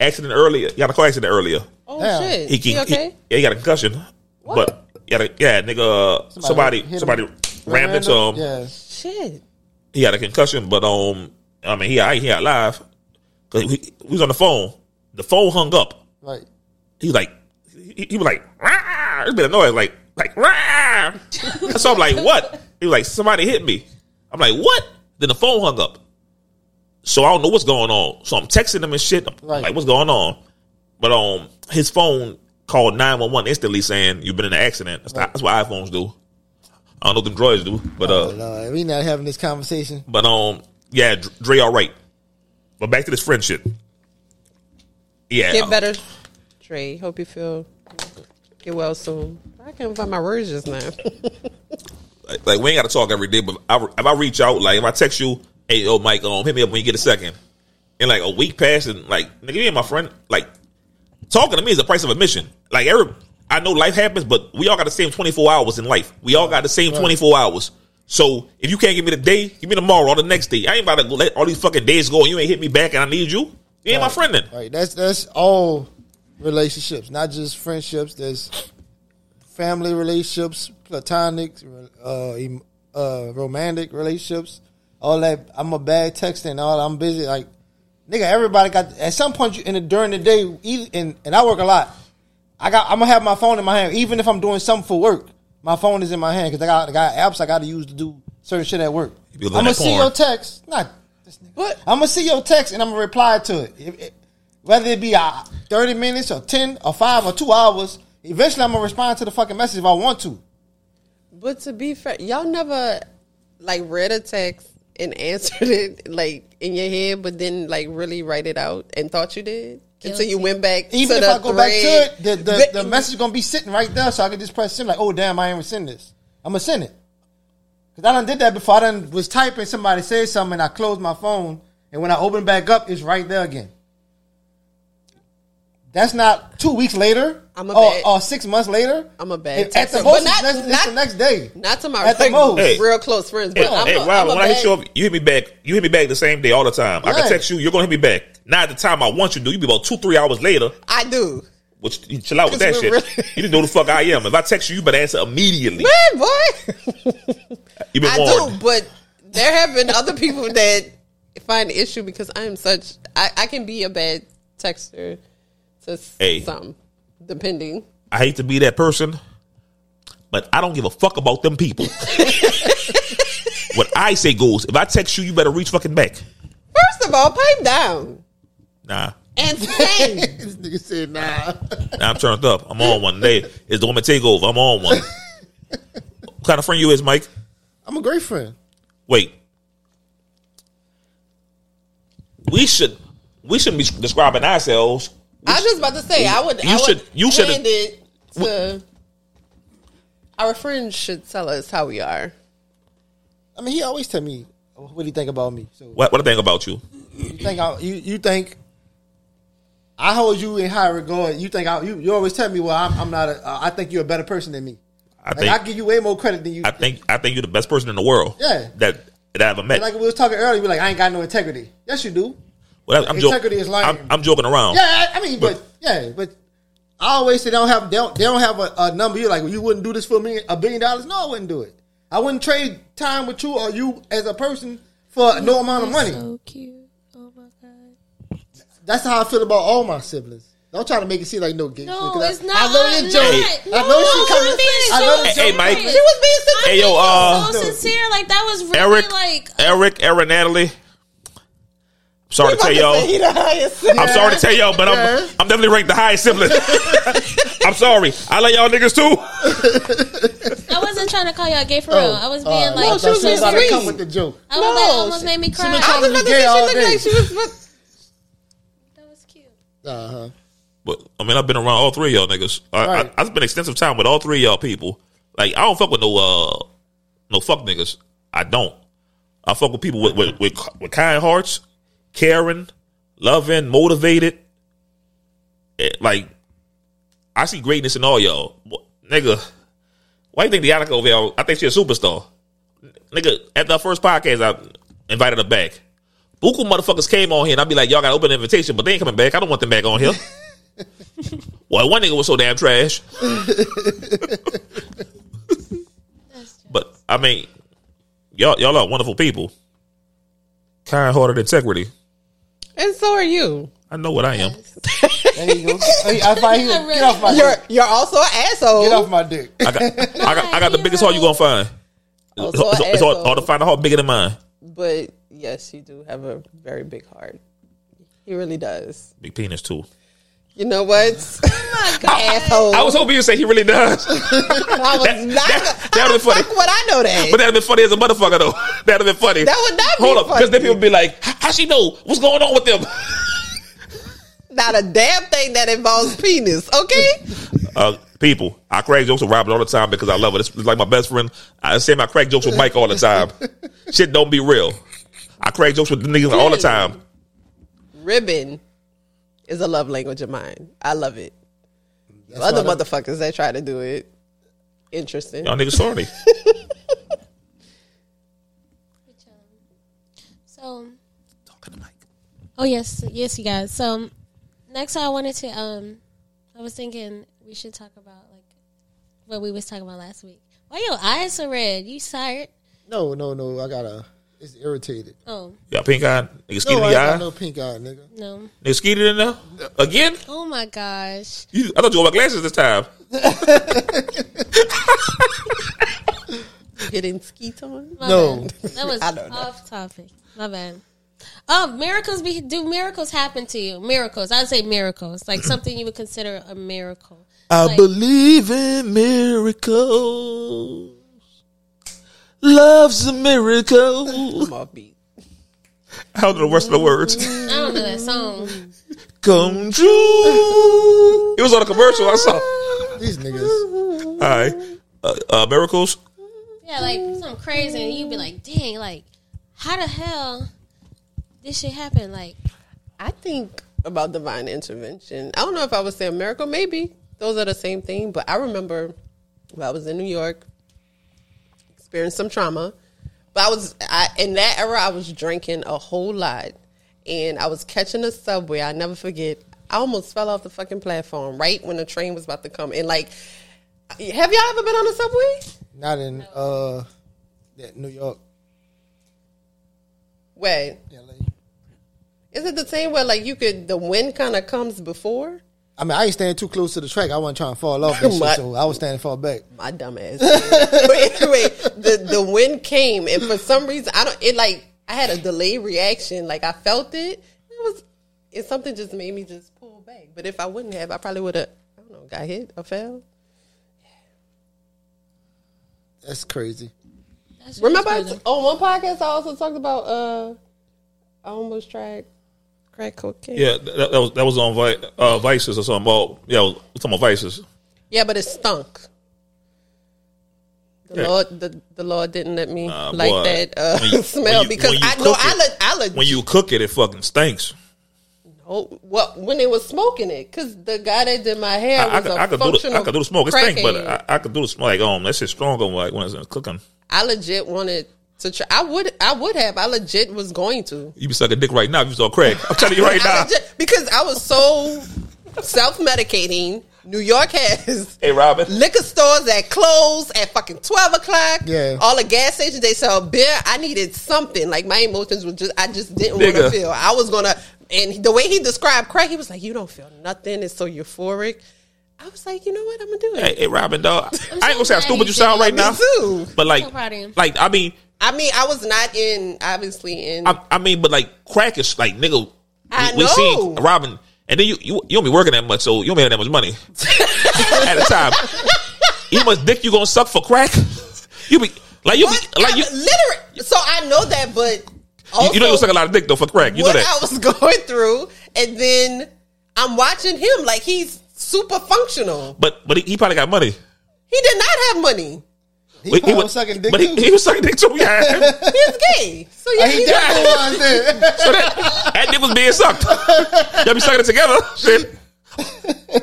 Speaker 1: accident earlier. You got a car accident earlier.
Speaker 3: Oh
Speaker 7: Yeah.
Speaker 3: shit,
Speaker 1: He, he,
Speaker 3: you okay?
Speaker 1: he- yeah, he got a concussion.
Speaker 3: What?
Speaker 1: But yeah, the- yeah, nigga, uh,
Speaker 7: hit him.
Speaker 1: somebody, somebody, rammed into him.
Speaker 7: Yeah.
Speaker 3: shit.
Speaker 1: He had a concussion, but um, I mean, he all right, he alive. Cause we, we was on the phone. The phone hung up.
Speaker 7: Right.
Speaker 1: He was like, he, he was like, rah! It's been a noise, like, like, rah! so I'm like, what? He was like, somebody hit me. I'm like, what? Then the phone hung up. So I don't know what's going on. So I'm texting him and shit. I'm
Speaker 7: Right.
Speaker 1: like, what's going on? But um, his phone called 911 instantly saying, you've been in an accident. That's, that's what iPhones do. I don't know what the droids do, but uh,
Speaker 7: No, Oh, we not having this conversation.
Speaker 1: but um, yeah, Dr- Dre, all right. But back to this friendship. Yeah,
Speaker 3: Get better, Dre. Hope you feel get well soon. I can't find my words just now.
Speaker 1: like, like, we ain't got to talk every day, but I, if I reach out, like if I text you, hey, yo, Mike, um, hit me up when you get a second, and like a week passed, and like nigga, you ain't my friend. Like talking to me is the price of admission. Like every, I know life happens, but we all got the same twenty four hours in life. We all got the same twenty four hours. So if you can't give me the day, give me tomorrow or the next day. I ain't about to go let all these fucking days go, and you ain't hit me back, and I need you. You ain't my friend then.
Speaker 7: Right. That's that's all relationships, not just friendships. There's family relationships, platonic, uh, em- uh, romantic relationships. All that. I'm a bad texter and all. I'm busy. Like nigga, everybody got at some point you, in the, during the day. Either, and and I work a lot. I got. I'm gonna have my phone in my hand, even if I'm doing something for work. My phone is in my hand because I got, I got apps I got to use to do certain shit at work.
Speaker 1: You be
Speaker 7: I'm
Speaker 1: looking
Speaker 7: gonna
Speaker 1: at
Speaker 7: see
Speaker 1: porn.
Speaker 7: your text. Not this nigga.
Speaker 3: What?
Speaker 7: I'm gonna see your text and I'm gonna reply to it. If- it- whether it be uh, 30 minutes or 10 or 5 or 2 hours, eventually I'm gonna respond to the fucking message if I want to.
Speaker 3: But to be fair, y'all never like read a text and answered it like in your head, but then like really write it out and thought you did until you went back.
Speaker 7: Even
Speaker 3: to
Speaker 7: if
Speaker 3: the
Speaker 7: I go back
Speaker 3: thread.
Speaker 7: to it, the, the,
Speaker 3: But-
Speaker 7: the message gonna be sitting right there, so I can just press send. Like, oh damn, I ain't gonna send this. I'm gonna send it because I done did that before. I done was typing, somebody said something, and I closed my phone, and when I open back up, it's right there again.
Speaker 2: That's not two weeks later
Speaker 3: I'm a
Speaker 2: or,
Speaker 3: bad-
Speaker 2: or six months later.
Speaker 3: I'm a bad
Speaker 2: It- At the
Speaker 3: texter,
Speaker 2: most,
Speaker 3: but not-
Speaker 2: it's, next- it's
Speaker 3: not-
Speaker 2: the next day.
Speaker 3: Not to my
Speaker 2: At the
Speaker 3: like,
Speaker 2: most.
Speaker 1: Hey.
Speaker 3: real close friends, but
Speaker 1: Hey,
Speaker 3: I'm
Speaker 1: hey,
Speaker 3: a,
Speaker 1: Rob,
Speaker 3: I'm a
Speaker 1: when I hit
Speaker 3: bad-
Speaker 1: you up, you hit me back. You hit me back the same day all the time. I
Speaker 2: Right.
Speaker 1: can text you. You're gonna hit me back. Not at the time I want you to. You be about two, three hours later.
Speaker 3: I do.
Speaker 1: Which you chill out with that
Speaker 3: Because
Speaker 1: shit.
Speaker 3: we're really-
Speaker 1: you didn't know who the fuck I am. If I text you, you better answer immediately.
Speaker 3: Man, boy.
Speaker 1: You been
Speaker 3: I
Speaker 1: warned.
Speaker 3: do, but there have been other people that find an issue because I am such I, I can be a bad texter to s-
Speaker 1: Hey.
Speaker 3: some, depending.
Speaker 1: I hate to be that person, but I don't give a fuck about them people. what I say goes. If I text you, you better reach fucking back.
Speaker 3: First of all, pipe down
Speaker 1: Nah.
Speaker 3: and sing.
Speaker 2: This nigga said, "Nah."
Speaker 1: Nah, I'm turned up. I'm on one. They it's the woman takeover. I'm on one. what kind of friend you is, Mike?
Speaker 2: I'm a great friend.
Speaker 1: Wait. We should we shouldn't be describing ourselves.
Speaker 3: I was just about to say I would.
Speaker 1: You
Speaker 3: I would
Speaker 1: should- you should-
Speaker 3: hand it to our friends. Should tell us how we are.
Speaker 2: I mean, he always tell me what he think about me. So
Speaker 1: What what I think about you?
Speaker 2: you think I, you you think I hold you in high regard. You think I, you you always tell me, well, I'm, I'm not. A, uh, I think you're a better person than me.
Speaker 1: I
Speaker 2: Like,
Speaker 1: think
Speaker 2: I give you way more credit than you.
Speaker 1: I think I think you're the best person in the world.
Speaker 2: Yeah.
Speaker 1: That that I ever met.
Speaker 2: And like we was talking earlier, you were like, I ain't got no integrity. Yes, you do.
Speaker 1: well, I'm
Speaker 2: integrity
Speaker 1: joking.
Speaker 2: is lying.
Speaker 1: I'm, I'm joking around.
Speaker 2: Yeah, I, I mean, but,
Speaker 1: But-
Speaker 2: yeah, but I always say they don't have they don't, they don't have a, a number. You're like, well, you wouldn't do this for me a billion dollars. No, I wouldn't do it. I wouldn't trade time with you or you as a person for no amount of money.
Speaker 4: So cute. Oh my god.
Speaker 2: That's how I feel about all my siblings. Don't try to make it seem like no gay.
Speaker 4: No,
Speaker 2: shit, 'cause
Speaker 4: it's
Speaker 2: I,
Speaker 4: not.
Speaker 2: I know
Speaker 4: I'm
Speaker 2: this joke.
Speaker 4: not.
Speaker 2: I
Speaker 4: No,
Speaker 2: know she
Speaker 4: I'm
Speaker 2: coming.
Speaker 4: being
Speaker 2: I know
Speaker 4: so
Speaker 2: this
Speaker 1: Hey,
Speaker 2: joke.
Speaker 1: Mike.
Speaker 4: serious.
Speaker 1: She
Speaker 3: was being sincere.
Speaker 4: I'm
Speaker 1: Hey, yo,
Speaker 4: being
Speaker 1: uh,
Speaker 4: so sincere. Like that was really
Speaker 1: Eric,
Speaker 4: like
Speaker 1: Eric, Aaron, Natalie. I'm sorry to tell y'all. I'm sorry to tell y'all, but I'm I'm definitely ranked the highest sibling. I'm sorry. I like y'all niggas too.
Speaker 4: I wasn't trying to call y'all gay for real. I was being like,
Speaker 2: Oh, uh, no, she was
Speaker 4: so
Speaker 2: just about to
Speaker 4: sweet.
Speaker 2: come with the joke.
Speaker 4: I was like,
Speaker 3: No,
Speaker 4: almost
Speaker 3: she-
Speaker 4: made me cry.
Speaker 2: been trying to-
Speaker 3: About to
Speaker 2: Gay
Speaker 3: say she
Speaker 2: all
Speaker 3: looked
Speaker 2: day.
Speaker 3: like she was. but-
Speaker 4: that was cute.
Speaker 2: Uh huh.
Speaker 1: But I mean, I've been around all three of y'all niggas. I,
Speaker 2: Right.
Speaker 1: I, I've spent extensive time with all three of y'all people. Like I don't fuck with no uh no fuck niggas. I don't. I fuck with people with with, with, with kind hearts, caring, loving, motivated. Eh, Like I see greatness in all y'all, Wh- nigga. Why you think Deonica over there? I think she a superstar, nigga. At the first podcast, I invited her back. Buku motherfuckers came on here, and I'd be like, "Y'all got an open invitation, but they ain't coming back. I don't want them back on here." well, one nigga was so damn trash, but I mean, y'all y'all are wonderful people, kind-hearted integrity.
Speaker 3: And so are you.
Speaker 1: I know what I am.
Speaker 2: There you go. Hey, I find you.
Speaker 4: I really-
Speaker 2: Get off my
Speaker 3: You're
Speaker 2: dick.
Speaker 3: you're also an asshole.
Speaker 2: Get off my dick.
Speaker 1: I got I got, I got the
Speaker 4: you
Speaker 1: biggest heart you
Speaker 4: know.
Speaker 1: gonna find. It's,
Speaker 3: Also an
Speaker 1: it's- it's hard,
Speaker 3: asshole.
Speaker 1: hard to find a heart bigger than mine.
Speaker 3: But yes, you do have a very big heart. He really does.
Speaker 1: Big penis too.
Speaker 3: You know what? Asshole.
Speaker 1: I was hoping you say he really does.
Speaker 3: I was
Speaker 1: that-
Speaker 3: not.
Speaker 1: that-
Speaker 3: how
Speaker 1: that'd
Speaker 3: the
Speaker 1: be funny.
Speaker 3: Fuck would I know that?
Speaker 1: But that'd have been funny as a motherfucker though. That'd have been funny.
Speaker 3: That would not be
Speaker 1: Hold up,
Speaker 3: funny.
Speaker 1: because then people be like, "H- "How she know what's going on with them?"
Speaker 3: not a damn thing that involves penis. Okay.
Speaker 1: Uh, people, I crack jokes with Robin all the time because I love her. It's like my best friend. I say my crack jokes with Mike all the time. Shit don't be real. I crack jokes with the niggas all the time.
Speaker 3: Ribbon is a love language of mine. I love it. Other
Speaker 2: why
Speaker 3: motherfuckers that try to do it. Interesting.
Speaker 1: Y'all niggas sorry.
Speaker 4: So, oh yes, yes, you guys. So, next I wanted to, um, I was thinking we should talk about like what we was talking about last week. Why your eyes are red? You tired?
Speaker 2: No, no, no. I gotta. It's irritated.
Speaker 4: Oh
Speaker 1: Y'all pink eye, niggas skeeted
Speaker 2: No,
Speaker 1: in the
Speaker 2: I ain't got
Speaker 1: eye,
Speaker 2: no pink eye, nigga.
Speaker 4: no!
Speaker 1: niggas skeeted in there again.
Speaker 4: Oh my gosh!
Speaker 1: You, I thought you wore my glasses this time.
Speaker 3: Getting skeet on.
Speaker 4: My
Speaker 2: No.
Speaker 4: bad. that was
Speaker 3: I don't know.
Speaker 4: off topic. My bad. Um, miracles be do miracles happen to you? Miracles, I'd say miracles, like something you would consider a miracle.
Speaker 1: I
Speaker 4: Like-
Speaker 1: believe in miracles. Love's a miracle.
Speaker 3: I'm off beat.
Speaker 1: How do the rest of the words
Speaker 4: I don't know that song.
Speaker 1: come true? It was on a commercial I saw.
Speaker 2: These niggas.
Speaker 1: All right, uh, uh, miracles.
Speaker 4: Yeah, like something crazy, and you'd be like, "Dang, like, how the hell this shit happened?" Like,
Speaker 3: I think about divine intervention. I don't know if I would say a miracle. Maybe those are the same thing. But I remember when I was in New York, experienced some trauma. But I was I, in that era. I was drinking a whole lot, and I was catching a subway. I never forget. I almost fell off the fucking platform right when the train was about to come. And like, have y'all ever been on a subway?
Speaker 7: Not in uh, that New York.
Speaker 3: Wait,
Speaker 7: LA.
Speaker 3: is it the same where like you could the wind kind of comes before?
Speaker 7: I mean, I ain't standing too close to the track. I wasn't trying to fall off and
Speaker 3: My-
Speaker 7: shit, so I was standing far back.
Speaker 3: my dumb ass. but anyway, the the wind came, and for some reason, I don't. It like I had a delayed reaction. Like I felt it. It was. It something just made me just pull back. But if I wouldn't have, I probably would have. I don't know. Got hit or fell.
Speaker 7: That's crazy.
Speaker 4: That's
Speaker 3: Remember I
Speaker 4: crazy.
Speaker 3: on one podcast, I also talked about. uh I almost tried crack cocaine.
Speaker 1: Yeah, that, that was that was on Vi- uh, Vices or something. Well, yeah, we're talking about Vices.
Speaker 3: Yeah, but it stunk. The
Speaker 1: Yeah.
Speaker 3: Lord, the, the Lord didn't let me
Speaker 1: Uh,
Speaker 3: like
Speaker 1: boy.
Speaker 3: that uh,
Speaker 1: When you- when
Speaker 3: smell
Speaker 1: you-
Speaker 3: because
Speaker 1: when you
Speaker 3: I know
Speaker 1: cook
Speaker 3: I
Speaker 1: it-
Speaker 3: le- I legit
Speaker 1: When you cook it, it fucking stinks.
Speaker 3: Oh, well, when they was smoking it, because the guy that did my hair
Speaker 1: I, I,
Speaker 3: was
Speaker 1: could,
Speaker 3: a
Speaker 1: I could do the
Speaker 3: functional.
Speaker 1: I could do the smoke. It stink, but
Speaker 3: crackhead.
Speaker 1: I, I could do the smoke. Like um, that shit stronger when, like when it's cooking.
Speaker 3: I legit wanted to try. I would, I would have. I legit was going to.
Speaker 1: You be sucking dick right now if you saw Craig. I'm telling you right
Speaker 3: I
Speaker 1: now.
Speaker 3: legit, because I was so self medicating. New York has
Speaker 1: Hey, Robin.
Speaker 3: liquor stores that close at fucking twelve o'clock.
Speaker 7: Yeah.
Speaker 3: all the gas stations they sell beer. I needed something. Like my emotions were just, I just didn't want to
Speaker 1: Nigga.
Speaker 3: feel. I was gonna, and the way he described crack, he was like, "You don't feel nothing. It's so euphoric." I was like, "You know what? I'm gonna do it."
Speaker 1: Hey, hey, Robin, dog. I ain't gonna say how
Speaker 4: glad
Speaker 1: stupid
Speaker 4: he
Speaker 1: you sound
Speaker 4: did.
Speaker 1: right
Speaker 4: Me
Speaker 1: now,
Speaker 3: too.
Speaker 1: but like,
Speaker 4: so proud of you.
Speaker 1: like I mean,
Speaker 3: I mean, I was not in, obviously in.
Speaker 1: I, I mean, but like crack is like nigga.
Speaker 3: I
Speaker 1: we, we seen
Speaker 3: know.
Speaker 1: Robin, and then you, you you don't be working that much, so you don't make that much money at a time. You know how much dick you gonna suck for crack? You be like you
Speaker 3: But
Speaker 1: be like you.
Speaker 3: I'm literate. So I know that, but also
Speaker 1: you know you suck a lot of dick though for crack. You know
Speaker 3: what
Speaker 1: that.
Speaker 3: I was going through, and then I'm watching him like he's super functional.
Speaker 1: but but he, he probably got money.
Speaker 3: He did not have money.
Speaker 7: He,
Speaker 1: But
Speaker 7: probably was sucking dick
Speaker 1: But
Speaker 7: too.
Speaker 1: he, he was sucking dick too. Yeah.
Speaker 3: He's gay, so yeah,
Speaker 7: he
Speaker 3: he
Speaker 7: definitely
Speaker 3: not
Speaker 7: was there.
Speaker 1: So that, that dick was being sucked. Y'all be sucking it together. Shit.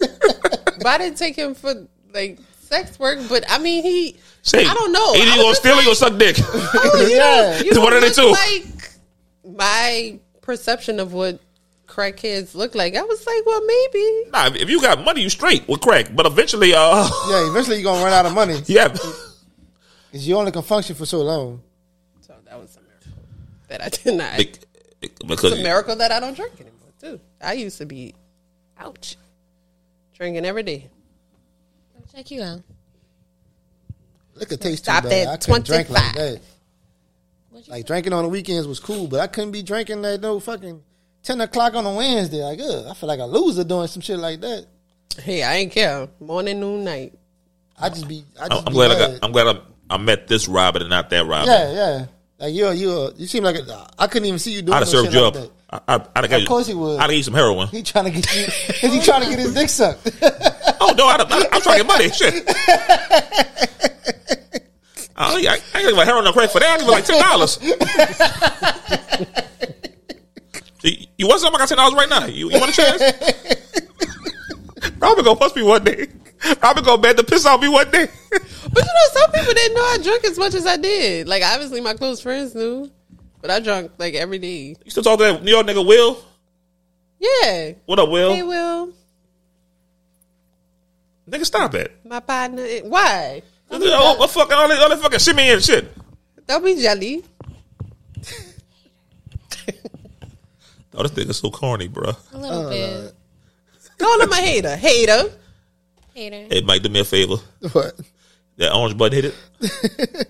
Speaker 3: But I didn't take him for like sex work, but I mean, he.
Speaker 1: Shit.
Speaker 3: I don't know.
Speaker 1: Either
Speaker 3: I
Speaker 1: you
Speaker 3: was
Speaker 1: gonna steal or
Speaker 3: just
Speaker 1: you gonna suck dick.
Speaker 3: Oh, you
Speaker 7: Yeah.
Speaker 3: don't- you
Speaker 1: It's
Speaker 3: don't
Speaker 1: one of the
Speaker 3: look
Speaker 1: two.
Speaker 3: Like my perception of what crackheads look like, I was like, well, maybe.
Speaker 1: nah, if you got money, you straight with crack. But eventually, uh,
Speaker 7: Yeah, eventually you're gonna run out of money
Speaker 1: yeah.
Speaker 7: because you only can function for so long.
Speaker 3: So that was a miracle that I did not.
Speaker 1: Be- Because
Speaker 3: It's a miracle that I don't drink anymore, too. I used to be, ouch, drinking every day.
Speaker 4: Check you out.
Speaker 7: Liquor tastes
Speaker 3: Stop
Speaker 7: too bad.
Speaker 3: at
Speaker 7: I couldn't drink like
Speaker 3: 25.
Speaker 7: that. Like drinking on the weekends was cool, but I couldn't be drinking at no fucking ten o'clock on a Wednesday. Like, ugh, I feel like a loser doing some shit like that.
Speaker 3: Hey, I ain't care. Morning, noon, night.
Speaker 7: I just be. I
Speaker 1: I'm,
Speaker 7: just
Speaker 1: I'm
Speaker 7: be
Speaker 1: glad I
Speaker 7: mad.
Speaker 1: got. I'm glad I, I met this Robin and not that Robin.
Speaker 7: Yeah, yeah. Like you, you, you seem like a, I couldn't even see you doing.
Speaker 1: I'd have
Speaker 7: no
Speaker 1: served
Speaker 7: shit
Speaker 1: you
Speaker 7: like
Speaker 1: up.
Speaker 7: that.
Speaker 1: I, I, I'd have got you-
Speaker 7: course he would.
Speaker 1: I'd have eat some heroin.
Speaker 7: He trying to get you. Is he trying to get his dick sucked?
Speaker 1: oh no, I'd have, I, I'm trying to get money. Shit. I, ain't- I, I ain't giving heroin or crack for that. I give like ten dollars. you, you want something? I got ten dollars right now. You, you want a chance? Robin gonna bust me one day. Robin gonna bed the piss off me one day.
Speaker 3: But you know, some people didn't know I drank as much as I did. Like, obviously, my close friends knew, but I drank like every day.
Speaker 1: you still talk to that New York nigga Will?
Speaker 3: Yeah.
Speaker 1: What up, Will?
Speaker 3: Hey, Will,
Speaker 1: Nigga, stop it.
Speaker 3: my partner. eh, Why?
Speaker 1: Oh, what fucking all that, all that fucking shimmy and shit.
Speaker 3: Don't be jelly.
Speaker 1: Oh, this nigga's so corny, bro.
Speaker 4: A little bit.
Speaker 3: Call him a hater. Hater.
Speaker 4: Hater.
Speaker 1: Hey, Mike, do me a favor.
Speaker 7: what?
Speaker 1: That orange button hit it.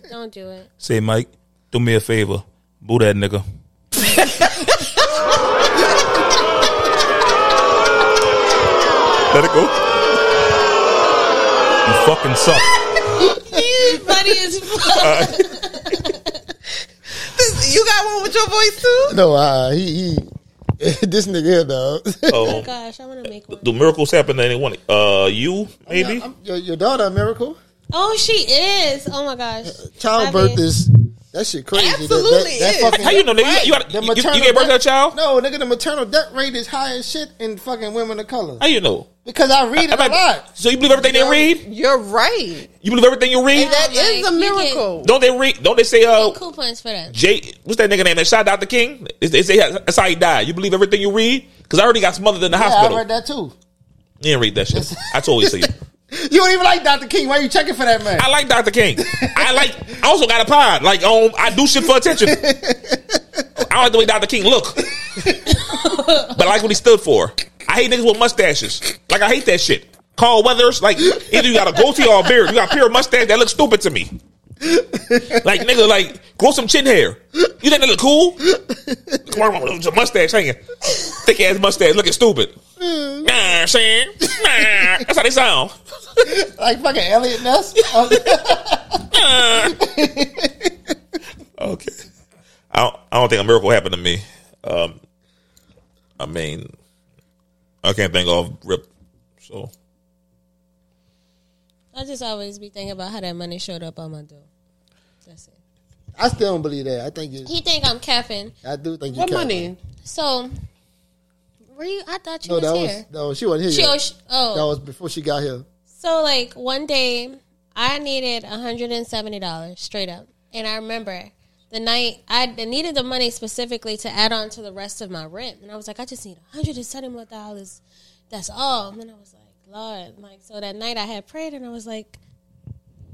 Speaker 4: Don't do it.
Speaker 1: Say, Mike, do me a favor. Boo that nigga. Let it go. You fucking suck.
Speaker 4: He's funny as fuck.
Speaker 3: This- you got one with your voice too?
Speaker 7: No, uh, he, he this nigga here, dog.
Speaker 4: Oh my
Speaker 1: Oh,
Speaker 4: gosh, I want to make one.
Speaker 1: do miracles happen to anyone? Uh, you maybe?
Speaker 7: your, your daughter, a miracle.
Speaker 4: Oh, she is. Oh my gosh.
Speaker 7: Childbirth
Speaker 4: Love it.
Speaker 7: is That shit crazy. That-
Speaker 3: Absolutely
Speaker 7: that, that,
Speaker 3: is.
Speaker 7: fucking-
Speaker 1: How you know, nigga? You, you, got,
Speaker 7: the
Speaker 1: you, you,
Speaker 7: maternal
Speaker 1: you gave birth to a
Speaker 7: death-
Speaker 1: child?
Speaker 7: No, nigga, the maternal death rate is high as shit in fucking women of color.
Speaker 1: How you know?
Speaker 7: Because I read it
Speaker 1: I
Speaker 7: a
Speaker 1: might-
Speaker 7: lot.
Speaker 1: so you believe everything they read?
Speaker 3: You're right.
Speaker 1: You believe everything you read?
Speaker 3: That is
Speaker 4: Like,
Speaker 3: a
Speaker 4: you get-
Speaker 3: miracle.
Speaker 1: Don't they read? Don't they say, uh,
Speaker 4: Get cool points for that.
Speaker 1: Jay, what's that nigga name that shot Dr. King? They, they say that's how he died. You believe everything you read? Because I already got smothered in the
Speaker 7: Yeah, I
Speaker 1: hospital.
Speaker 7: read that too.
Speaker 1: You didn't read that shit. I told you. So you.
Speaker 7: You don't even like Dr. King. Why you checking for that man?
Speaker 1: I like Dr. King. I like. I also got a pod. Like, um, I do shit for attention. I don't like the way Dr. King look, but I like what he stood for. I hate niggas with mustaches. Like, I hate that shit. Carl Weathers. Like, either you got a goatee or a beard. You got a pure mustache that looks stupid to me. Like, nigga, like grow some chin hair. You think that look cool? Come on, with your mustache hanging, thick ass mustache, looking stupid. Nah, saying, nah. That's how they sound.
Speaker 7: like fucking Elliot Ness. Oh,
Speaker 1: Okay. I don't, I don't think a miracle happened to me. Um, I mean, I can't think of rip. So
Speaker 4: I just always be thinking about how that money showed up on my door. That's it.
Speaker 7: I still don't believe that. I think you.
Speaker 4: He think I'm capping.
Speaker 7: I do think you.
Speaker 3: What
Speaker 7: capping.
Speaker 3: money?
Speaker 4: So, were you? I thought you
Speaker 7: No,
Speaker 4: was
Speaker 7: that
Speaker 4: here.
Speaker 7: was no. She wasn't here.
Speaker 4: She-
Speaker 7: yet.
Speaker 4: oh, sh- oh.
Speaker 7: That was before she got here.
Speaker 4: So like one day, I needed hundred and seventy dollars straight up, and I remember the night I needed the money specifically to add on to the rest of my rent, and I was like, I just need hundred and seventy more dollars. That's all. And I was like, Lord, like so that night I had prayed, and I was like,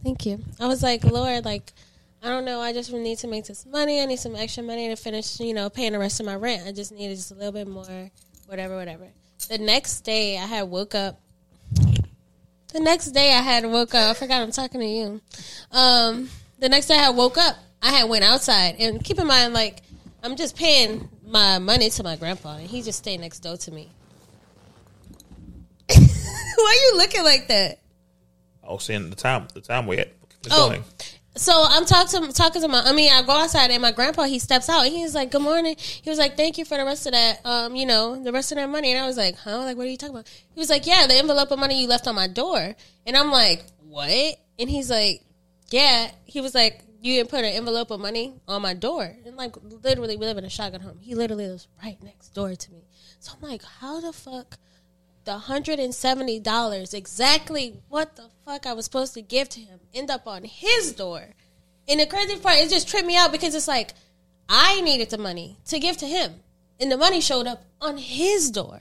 Speaker 4: Thank you. I was like, Lord, like. I don't know. I just need to make this money. I need some extra money to finish, you know, paying the rest of my rent. I just needed just a little bit more, whatever, whatever. The next day, I had woke up the next day I had woke up. I forgot I'm talking to you. Um, the next day I had woke up. I had went outside and keep in mind, like I'm just paying my money to my grandpa, and he just stayed next door to me. Why are you looking like that?
Speaker 1: I was saying the time, the time we had.
Speaker 4: Oh. going. So I'm talking to talking to my. I mean, I go outside and my grandpa he steps out. and He's like, "Good morning." He was like, "Thank you for the rest of that, um, you know, the rest of that money." And I was like, "Huh? Like, what are you talking about?" He was like, "Yeah, the envelope of money you left on my door." And I'm like, "What?" And he's like, "Yeah." He was like, "You didn't put an envelope of money on my door." And like, literally, we live in a shotgun home. He literally lives right next door to me. So I'm like, "How the fuck?" the hundred and seventy dollars exactly what the fuck I was supposed to give to him end up on his door. And the crazy part, it just tripped me out because it's like I needed the money to give to him, and the money showed up on his door.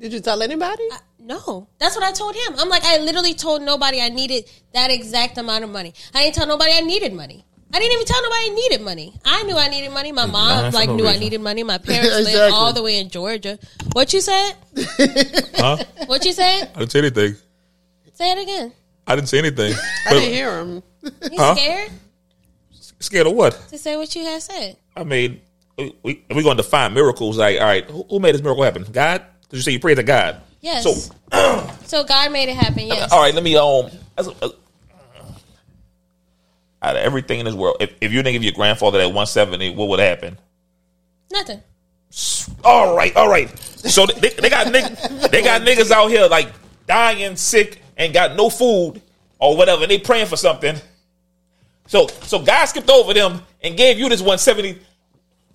Speaker 3: Did you tell anybody?
Speaker 7: Uh,
Speaker 4: No, that's what I told him. I'm like, I literally told nobody I needed that exact amount of money. I didn't tell nobody I needed money. I didn't even tell nobody I needed money. I knew I needed money. My mom
Speaker 1: Nah, for
Speaker 4: like
Speaker 1: no
Speaker 4: knew I
Speaker 1: reason.
Speaker 4: needed money. My parents
Speaker 7: Exactly.
Speaker 4: lived all the way in Georgia. What you said?
Speaker 1: Huh?
Speaker 4: What you said?
Speaker 1: I didn't say anything.
Speaker 4: Say it again.
Speaker 1: I didn't say anything.
Speaker 3: I didn't hear him.
Speaker 4: You
Speaker 1: Huh?
Speaker 4: scared
Speaker 1: Scared of what?
Speaker 4: to say what you had said?
Speaker 1: I mean, we, we, we're going to define miracles. Like, all right, who, who made this miracle happen? God? Because you say you pray to God.
Speaker 4: Yes.
Speaker 1: So,
Speaker 4: So, God made it happen. Yes.
Speaker 1: all right, let me um. That's, uh, out of everything in this world, if, if you didn't give your grandfather that one seventy, what would happen?
Speaker 4: Nothing.
Speaker 1: All right, all right. So they, they got nigg- they got niggas out here like dying sick and got no food or whatever, and they praying for something. So so God skipped over them and gave you this one seventy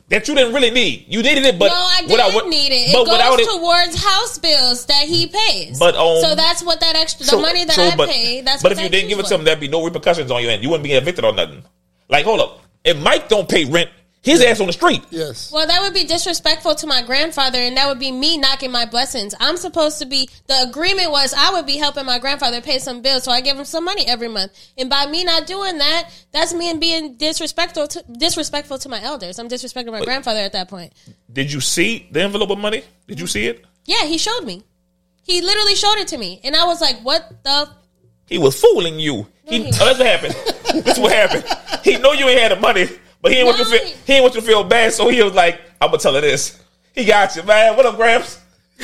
Speaker 1: that you didn't really need. You needed it, but
Speaker 4: no, I didn't
Speaker 1: without-
Speaker 4: need it. It
Speaker 1: but without
Speaker 4: goes towards house bills that he pays.
Speaker 1: But, um,
Speaker 4: so that's what that extra the
Speaker 1: so-
Speaker 4: money that
Speaker 1: so,
Speaker 4: I
Speaker 1: but,
Speaker 4: pay. That's
Speaker 1: but
Speaker 4: what
Speaker 1: if you
Speaker 4: that
Speaker 1: didn't give it
Speaker 4: used
Speaker 1: to him,
Speaker 4: for.
Speaker 1: there'd be no repercussions on your end. You wouldn't be evicted or nothing. Like hold up, if Mike don't pay rent, his ass on the street.
Speaker 7: Yes.
Speaker 4: Well, that would be disrespectful to my grandfather, and that would be me knocking my blessings. I'm supposed to be. The agreement was I would be helping my grandfather pay some bills, so I give him some money every month. And by me not doing that, that's me and being disrespectful to, disrespectful to my elders. I'm disrespecting my grandfather at that point.
Speaker 1: Did you see the envelope of money? Did you see it?
Speaker 4: Yeah, he showed me. He literally showed it to me, and I was like, "What the?"
Speaker 1: He was fooling you. He,
Speaker 4: he
Speaker 1: oh, that's what happened. that's what happened. He know you ain't had the money, but he ain't want you to
Speaker 4: No,
Speaker 1: feel
Speaker 4: he-
Speaker 1: he ain't want you to feel bad. So he was like, "I'm gonna tell her this. He got you, man. What up, Gramps?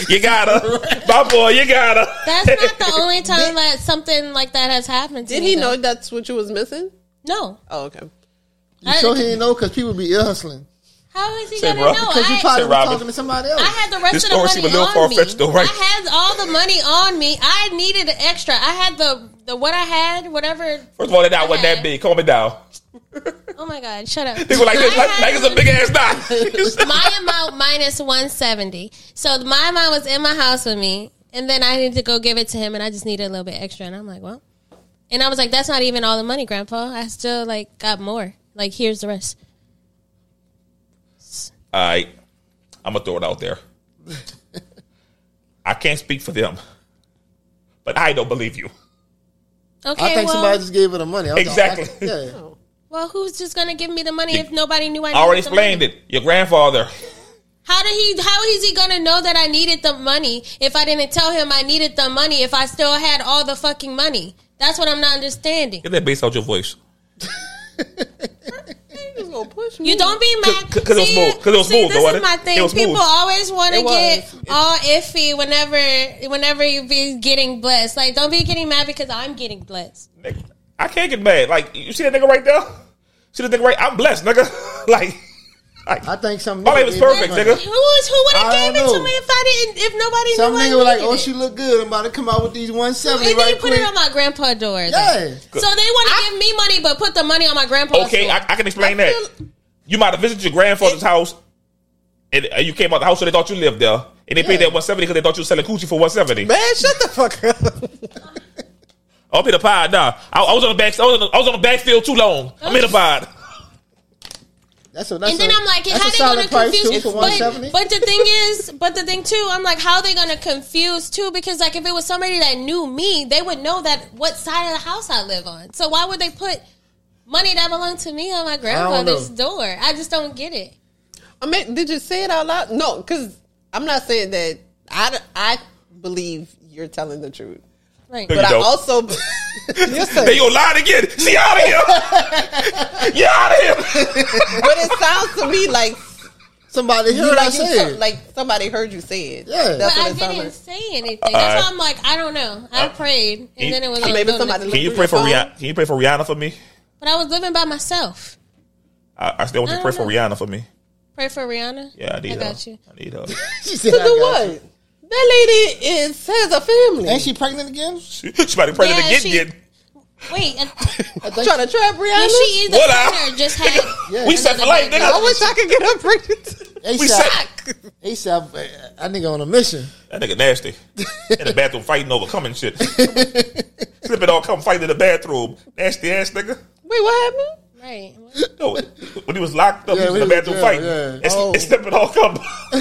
Speaker 1: You got her, my boy. You got her.
Speaker 4: That's not the only time that something like that has happened. To
Speaker 3: Did
Speaker 4: me,
Speaker 3: he know
Speaker 4: though.
Speaker 3: that's what you was missing?
Speaker 4: No.
Speaker 3: Oh, okay.
Speaker 7: You sure he didn't know? Because people be ear hustling.
Speaker 4: How is he
Speaker 1: Say,
Speaker 4: gonna
Speaker 1: bro,
Speaker 4: know?
Speaker 7: Because you
Speaker 4: I-
Speaker 7: probably
Speaker 1: Say,
Speaker 7: was
Speaker 1: Robin.
Speaker 7: talking to somebody else.
Speaker 4: I had the rest
Speaker 1: This
Speaker 4: of the
Speaker 1: story
Speaker 4: money
Speaker 1: seemed a little
Speaker 4: on me.
Speaker 1: far-fetched, though, right?
Speaker 4: I had all the money on me. I needed extra. I had the the what I had, whatever.
Speaker 1: First of all, that not wasn't that
Speaker 4: Okay.
Speaker 1: big. Calm it down.
Speaker 4: Oh my God, shut up.
Speaker 1: They go like this,
Speaker 4: I
Speaker 1: like,
Speaker 4: had-
Speaker 1: like it's a big ass knot.
Speaker 4: my amount minus 170. So my amount was in my house with me, and then I needed to go give it to him, and I just needed a little bit extra. And I'm like, well. And I was like, that's not even all the money, Grandpa. I still, like, got more. Like, here's the rest.
Speaker 1: All right, I'm gonna throw it out there. I can't speak for them, but I don't believe you.
Speaker 4: Okay,
Speaker 7: I think
Speaker 4: well,
Speaker 7: somebody just gave her the money. I was-
Speaker 1: Exactly.
Speaker 7: I- yeah, yeah.
Speaker 4: well, who's just going to give me the money if nobody knew I needed
Speaker 1: I already
Speaker 4: the
Speaker 1: explained
Speaker 4: money?
Speaker 1: it. Your grandfather.
Speaker 4: How did he? How is he gonna know that I needed the money if I didn't tell him I needed the money if I still had all the fucking money? That's what I'm not understanding.
Speaker 1: Get that bass out your voice.
Speaker 3: Niggas gonna push me.
Speaker 4: You don't be mad.
Speaker 1: 'Cause- 'cause it was
Speaker 4: See,
Speaker 1: smooth. 'Cause it was
Speaker 4: see,
Speaker 1: smooth, though,
Speaker 4: This
Speaker 1: wasn't
Speaker 4: is
Speaker 1: it?
Speaker 4: my
Speaker 1: It
Speaker 4: thing.
Speaker 1: was smooth.
Speaker 4: People always want to
Speaker 3: It was.
Speaker 4: get all iffy whenever whenever you be getting blessed. Like, don't be getting mad because I'm getting blessed.
Speaker 1: Nigga, I can't get mad. Like you see that nigga right there. See that nigga right. I'm blessed, nigga. like, like
Speaker 7: I think some.
Speaker 1: My life
Speaker 7: nigga
Speaker 1: is
Speaker 7: gave her
Speaker 1: perfect,
Speaker 7: money.
Speaker 1: nigga.
Speaker 4: Who is who would have
Speaker 7: I
Speaker 4: gave
Speaker 7: don't
Speaker 4: it to
Speaker 7: know.
Speaker 4: me if I didn't? If nobody
Speaker 7: Some
Speaker 4: knew I
Speaker 7: nigga was like,
Speaker 4: needed
Speaker 7: "Oh,
Speaker 4: it?"
Speaker 7: she look good. I'm about to come out with these
Speaker 4: And
Speaker 7: 170
Speaker 4: then
Speaker 7: right
Speaker 4: you put it
Speaker 7: quick."
Speaker 4: on my grandpa door.
Speaker 7: Yeah.
Speaker 4: So they want to give me money, but put the money on my grandpa's
Speaker 1: okay,
Speaker 4: door.
Speaker 1: I, I can explain
Speaker 4: I
Speaker 1: that. You might have visited your grandfather's house, and uh, you came out the house, so they thought you lived there, and they paid that one seventy because they thought you were selling coochie for one seventy.
Speaker 7: Man, shut the fuck up.
Speaker 1: I'll pay the pod. Nah, I, I was on the back. I was on the, I was on the backfield too long. I'm in the pod.
Speaker 7: That's a, that's
Speaker 4: and then
Speaker 7: a,
Speaker 4: i I'm like,
Speaker 7: that's
Speaker 4: how
Speaker 7: a
Speaker 4: they
Speaker 7: solid
Speaker 4: gonna
Speaker 7: price
Speaker 4: confuse?
Speaker 7: too for
Speaker 4: but,
Speaker 7: 170.
Speaker 4: but the thing is, but the thing too, I'm like, how they gonna confuse too? Because like, if it was somebody that knew me, they would know that what side of the house I live on. So why would they put money that belonged to me on my grandfather's door? I just don't get it.
Speaker 3: I mean, did you say it out loud? No, because I'm not saying that. I, d- I believe you're telling the truth,
Speaker 4: Like,
Speaker 1: But
Speaker 3: but I
Speaker 1: don't.
Speaker 3: also you're saying-
Speaker 1: They gonna lie again. See out of here. you out of here.
Speaker 3: but it sounds to me like
Speaker 7: Somebody
Speaker 3: you,
Speaker 7: heard I
Speaker 3: like, you
Speaker 7: said.
Speaker 3: so- like somebody heard you say it.
Speaker 7: Yeah.
Speaker 4: but
Speaker 3: that's
Speaker 4: I
Speaker 3: what it sounds
Speaker 4: didn't
Speaker 3: like.
Speaker 4: say anything. That's
Speaker 1: Uh,
Speaker 4: why I'm like, I don't know. I prayed, and
Speaker 1: you-
Speaker 4: then it was
Speaker 3: Maybe
Speaker 4: like,
Speaker 3: somebody
Speaker 4: somebody
Speaker 1: Can you pray for Rihanna? Can you pray for Rihanna for me?
Speaker 4: But I was living by myself.
Speaker 1: I, I still want you to
Speaker 4: I
Speaker 1: pray
Speaker 4: don't
Speaker 1: for
Speaker 4: know.
Speaker 1: Rihanna for me.
Speaker 4: Pray for Rihanna.
Speaker 1: Yeah, I need
Speaker 4: I
Speaker 1: her.
Speaker 4: got you.
Speaker 1: I need her.
Speaker 7: she said,
Speaker 3: To
Speaker 7: I
Speaker 3: do
Speaker 7: got
Speaker 3: what?
Speaker 7: you.
Speaker 3: That lady is has a family.
Speaker 7: Ain't she pregnant again?
Speaker 1: she might pray
Speaker 4: Yeah,
Speaker 1: to get
Speaker 4: she-
Speaker 1: get.
Speaker 4: Wait, and,
Speaker 7: I think
Speaker 3: trying to trap Rihanna.
Speaker 4: and she is a
Speaker 1: What I-
Speaker 4: sinner, Just had.
Speaker 1: we set for life,
Speaker 3: I
Speaker 1: nigga.
Speaker 3: wish I could get her pregnant.
Speaker 1: We
Speaker 7: ASAP.
Speaker 1: set.
Speaker 7: ASAP. uh, That nigga on a mission.
Speaker 1: That nigga nasty. In the bathroom fighting over coming shit. Slipping all come fighting in the bathroom. Nasty ass nigga.
Speaker 3: Wait, what happened?
Speaker 4: Right.
Speaker 1: No, when he was locked up,
Speaker 7: Yeah,
Speaker 1: he was in the
Speaker 7: we-
Speaker 1: bathroom
Speaker 7: yeah,
Speaker 1: fighting.
Speaker 7: yeah. Oh.
Speaker 1: And, sl- and slipping all come.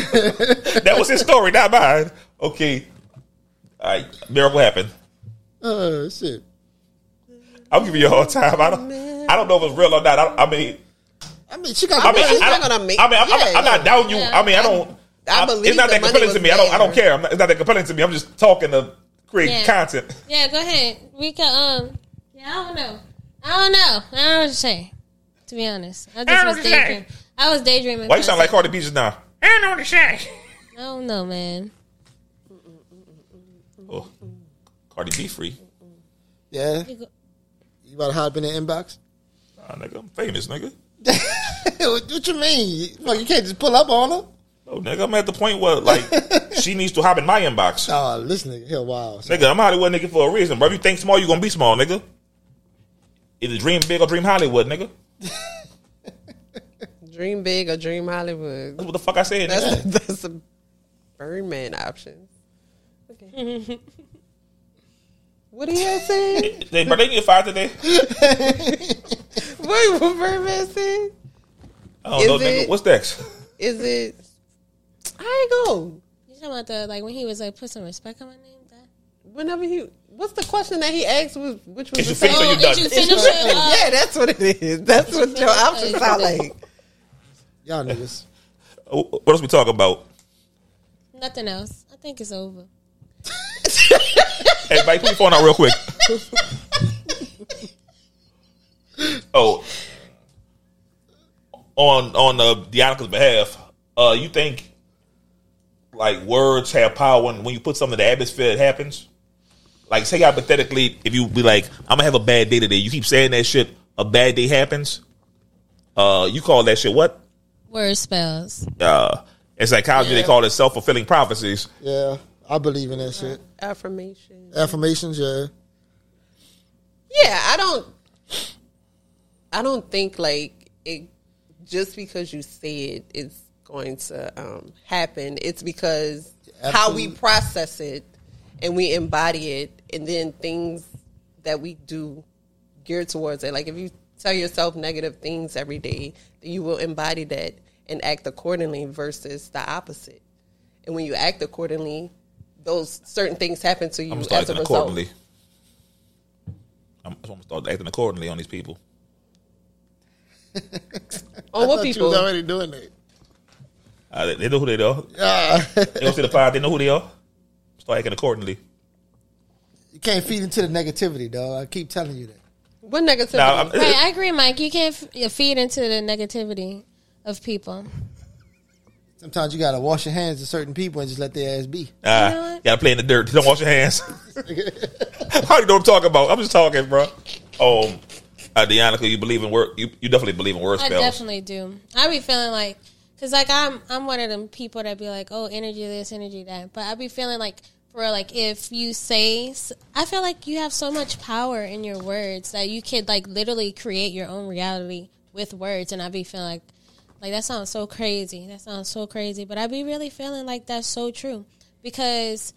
Speaker 1: that was his story, not mine. Okay. All right. Miracle happened.
Speaker 7: Oh, shit.
Speaker 1: I'm giving you a hard time. I don't, I don't know if it's real or not. I, I mean,
Speaker 7: I mean, she got
Speaker 1: I mean,
Speaker 3: She's
Speaker 1: I
Speaker 3: not
Speaker 1: don't-
Speaker 3: gonna make-
Speaker 1: I mean, I'm, I'm,
Speaker 3: yeah,
Speaker 1: I'm not
Speaker 3: yeah.
Speaker 1: doubting you.
Speaker 4: Yeah.
Speaker 1: I mean, I don't.
Speaker 3: I
Speaker 1: I
Speaker 3: believe
Speaker 1: it's not
Speaker 3: the
Speaker 1: that
Speaker 3: money
Speaker 1: compelling to
Speaker 3: was
Speaker 1: me. I don't. I don't
Speaker 3: there.
Speaker 1: care. I'm not, it's not that compelling to me. I'm just talking to create
Speaker 4: Yeah.
Speaker 1: content.
Speaker 4: Yeah, go ahead. We can. Um. Yeah, I don't know. I don't know. I don't know what to say. To be honest, I just
Speaker 1: know
Speaker 4: was
Speaker 1: what to say.
Speaker 4: daydreaming. I was daydreaming.
Speaker 1: Why you sound like Cardi B just now? I don't know what to say.
Speaker 4: I don't know, man.
Speaker 3: Mm-hmm.
Speaker 1: Oh, Cardi B free.
Speaker 7: Yeah.
Speaker 4: You go-
Speaker 7: You about to hop in the inbox?
Speaker 1: Nah, nigga, I'm famous, nigga.
Speaker 7: what, what you mean? Like, you can't just pull up on her?
Speaker 1: No, Oh, nigga, I'm at the point where like she needs to hop in my inbox.
Speaker 7: Oh, listen, nigga. Hell, wow.
Speaker 1: Nigga, I'm Hollywood nigga for a reason, bro. If you think small, you gonna be small, nigga. Either dream big or dream Hollywood, nigga.
Speaker 3: Dream big or dream Hollywood.
Speaker 1: That's what the fuck I said. nigga.
Speaker 3: That's that's a Birdman option. Okay. what do you say?
Speaker 1: They, bro, they get fired today.
Speaker 3: Wait, what Birdman said?
Speaker 1: I don't
Speaker 3: Is
Speaker 1: know, nigga.
Speaker 3: it-
Speaker 1: What's next?
Speaker 3: Is it? I ain't go.
Speaker 4: You talking about the like when he was like put some respect on my name? That.
Speaker 3: Whenever he, what's the question that he asked? Was which was
Speaker 1: Is you
Speaker 3: the
Speaker 1: finished or you
Speaker 4: is
Speaker 1: done?
Speaker 4: Oh, you finished it? Uh,
Speaker 3: Yeah, that's what it is. That's what your options sound like.
Speaker 7: Y'all niggas.
Speaker 1: Oh, What else we talking about?
Speaker 4: Uh, Nothing else. I think it's over.
Speaker 1: Everybody, put your phone out real quick. oh, on on uh, Deonica's behalf, uh, you think like words have power when, when you put something in the atmosphere, it happens. Like, say hypothetically, if you be like, "I'm gonna have a bad day today," you keep saying that shit, a bad day happens. Uh, you call that shit what?
Speaker 4: Word spells.
Speaker 1: Uh, in psychology, they call it self fulfilling prophecies.
Speaker 7: Yeah. I believe in that shit.
Speaker 3: Affirmation.
Speaker 7: Affirmations, yeah.
Speaker 3: Yeah, I don't. I don't think like it just because you say it, it's going to um, happen. It's because how we
Speaker 7: Absolute-
Speaker 3: process it and we embody it, and then things that we do geared towards it. Like if you tell yourself negative things every day, then you will embody that and act accordingly versus the opposite. And when you act accordingly, those certain things happen to you
Speaker 1: I'm gonna
Speaker 3: as
Speaker 1: start
Speaker 3: a
Speaker 1: acting
Speaker 3: result.
Speaker 1: accordingly. I'm, I'm gonna start acting accordingly on these people. Oh,
Speaker 3: On what
Speaker 7: thought you
Speaker 3: people?
Speaker 7: was already doing Ah. that.
Speaker 1: Uh, they, they know who they are. they don't see the pod. They know who they are. Start acting accordingly.
Speaker 7: You can't feed into the negativity, dog. I keep telling you that.
Speaker 3: What negativity?
Speaker 1: Now, I'm,
Speaker 4: Right, I agree, Mike. You can't f- feed into the negativity of people.
Speaker 7: Sometimes you gotta wash your hands of certain people and just let their ass be.
Speaker 1: Nah,
Speaker 4: You know what?
Speaker 1: Uh, gotta play in the dirt. Don't wash your hands. How you know what I'm talking about? I'm just talking, bro. Um, uh, Deonica, you believe in word? You, you definitely believe in word
Speaker 4: I
Speaker 1: spells.
Speaker 4: definitely do. I be feeling like, cause like I'm I'm one of them people that be like, oh, energy this, energy that. But I be feeling like for real, like if you say, s- I feel like you have so much power in your words that you could like literally create your own reality with words. And I be feeling like, like that sounds so crazy. That sounds so crazy. But I be really feeling like that's so true because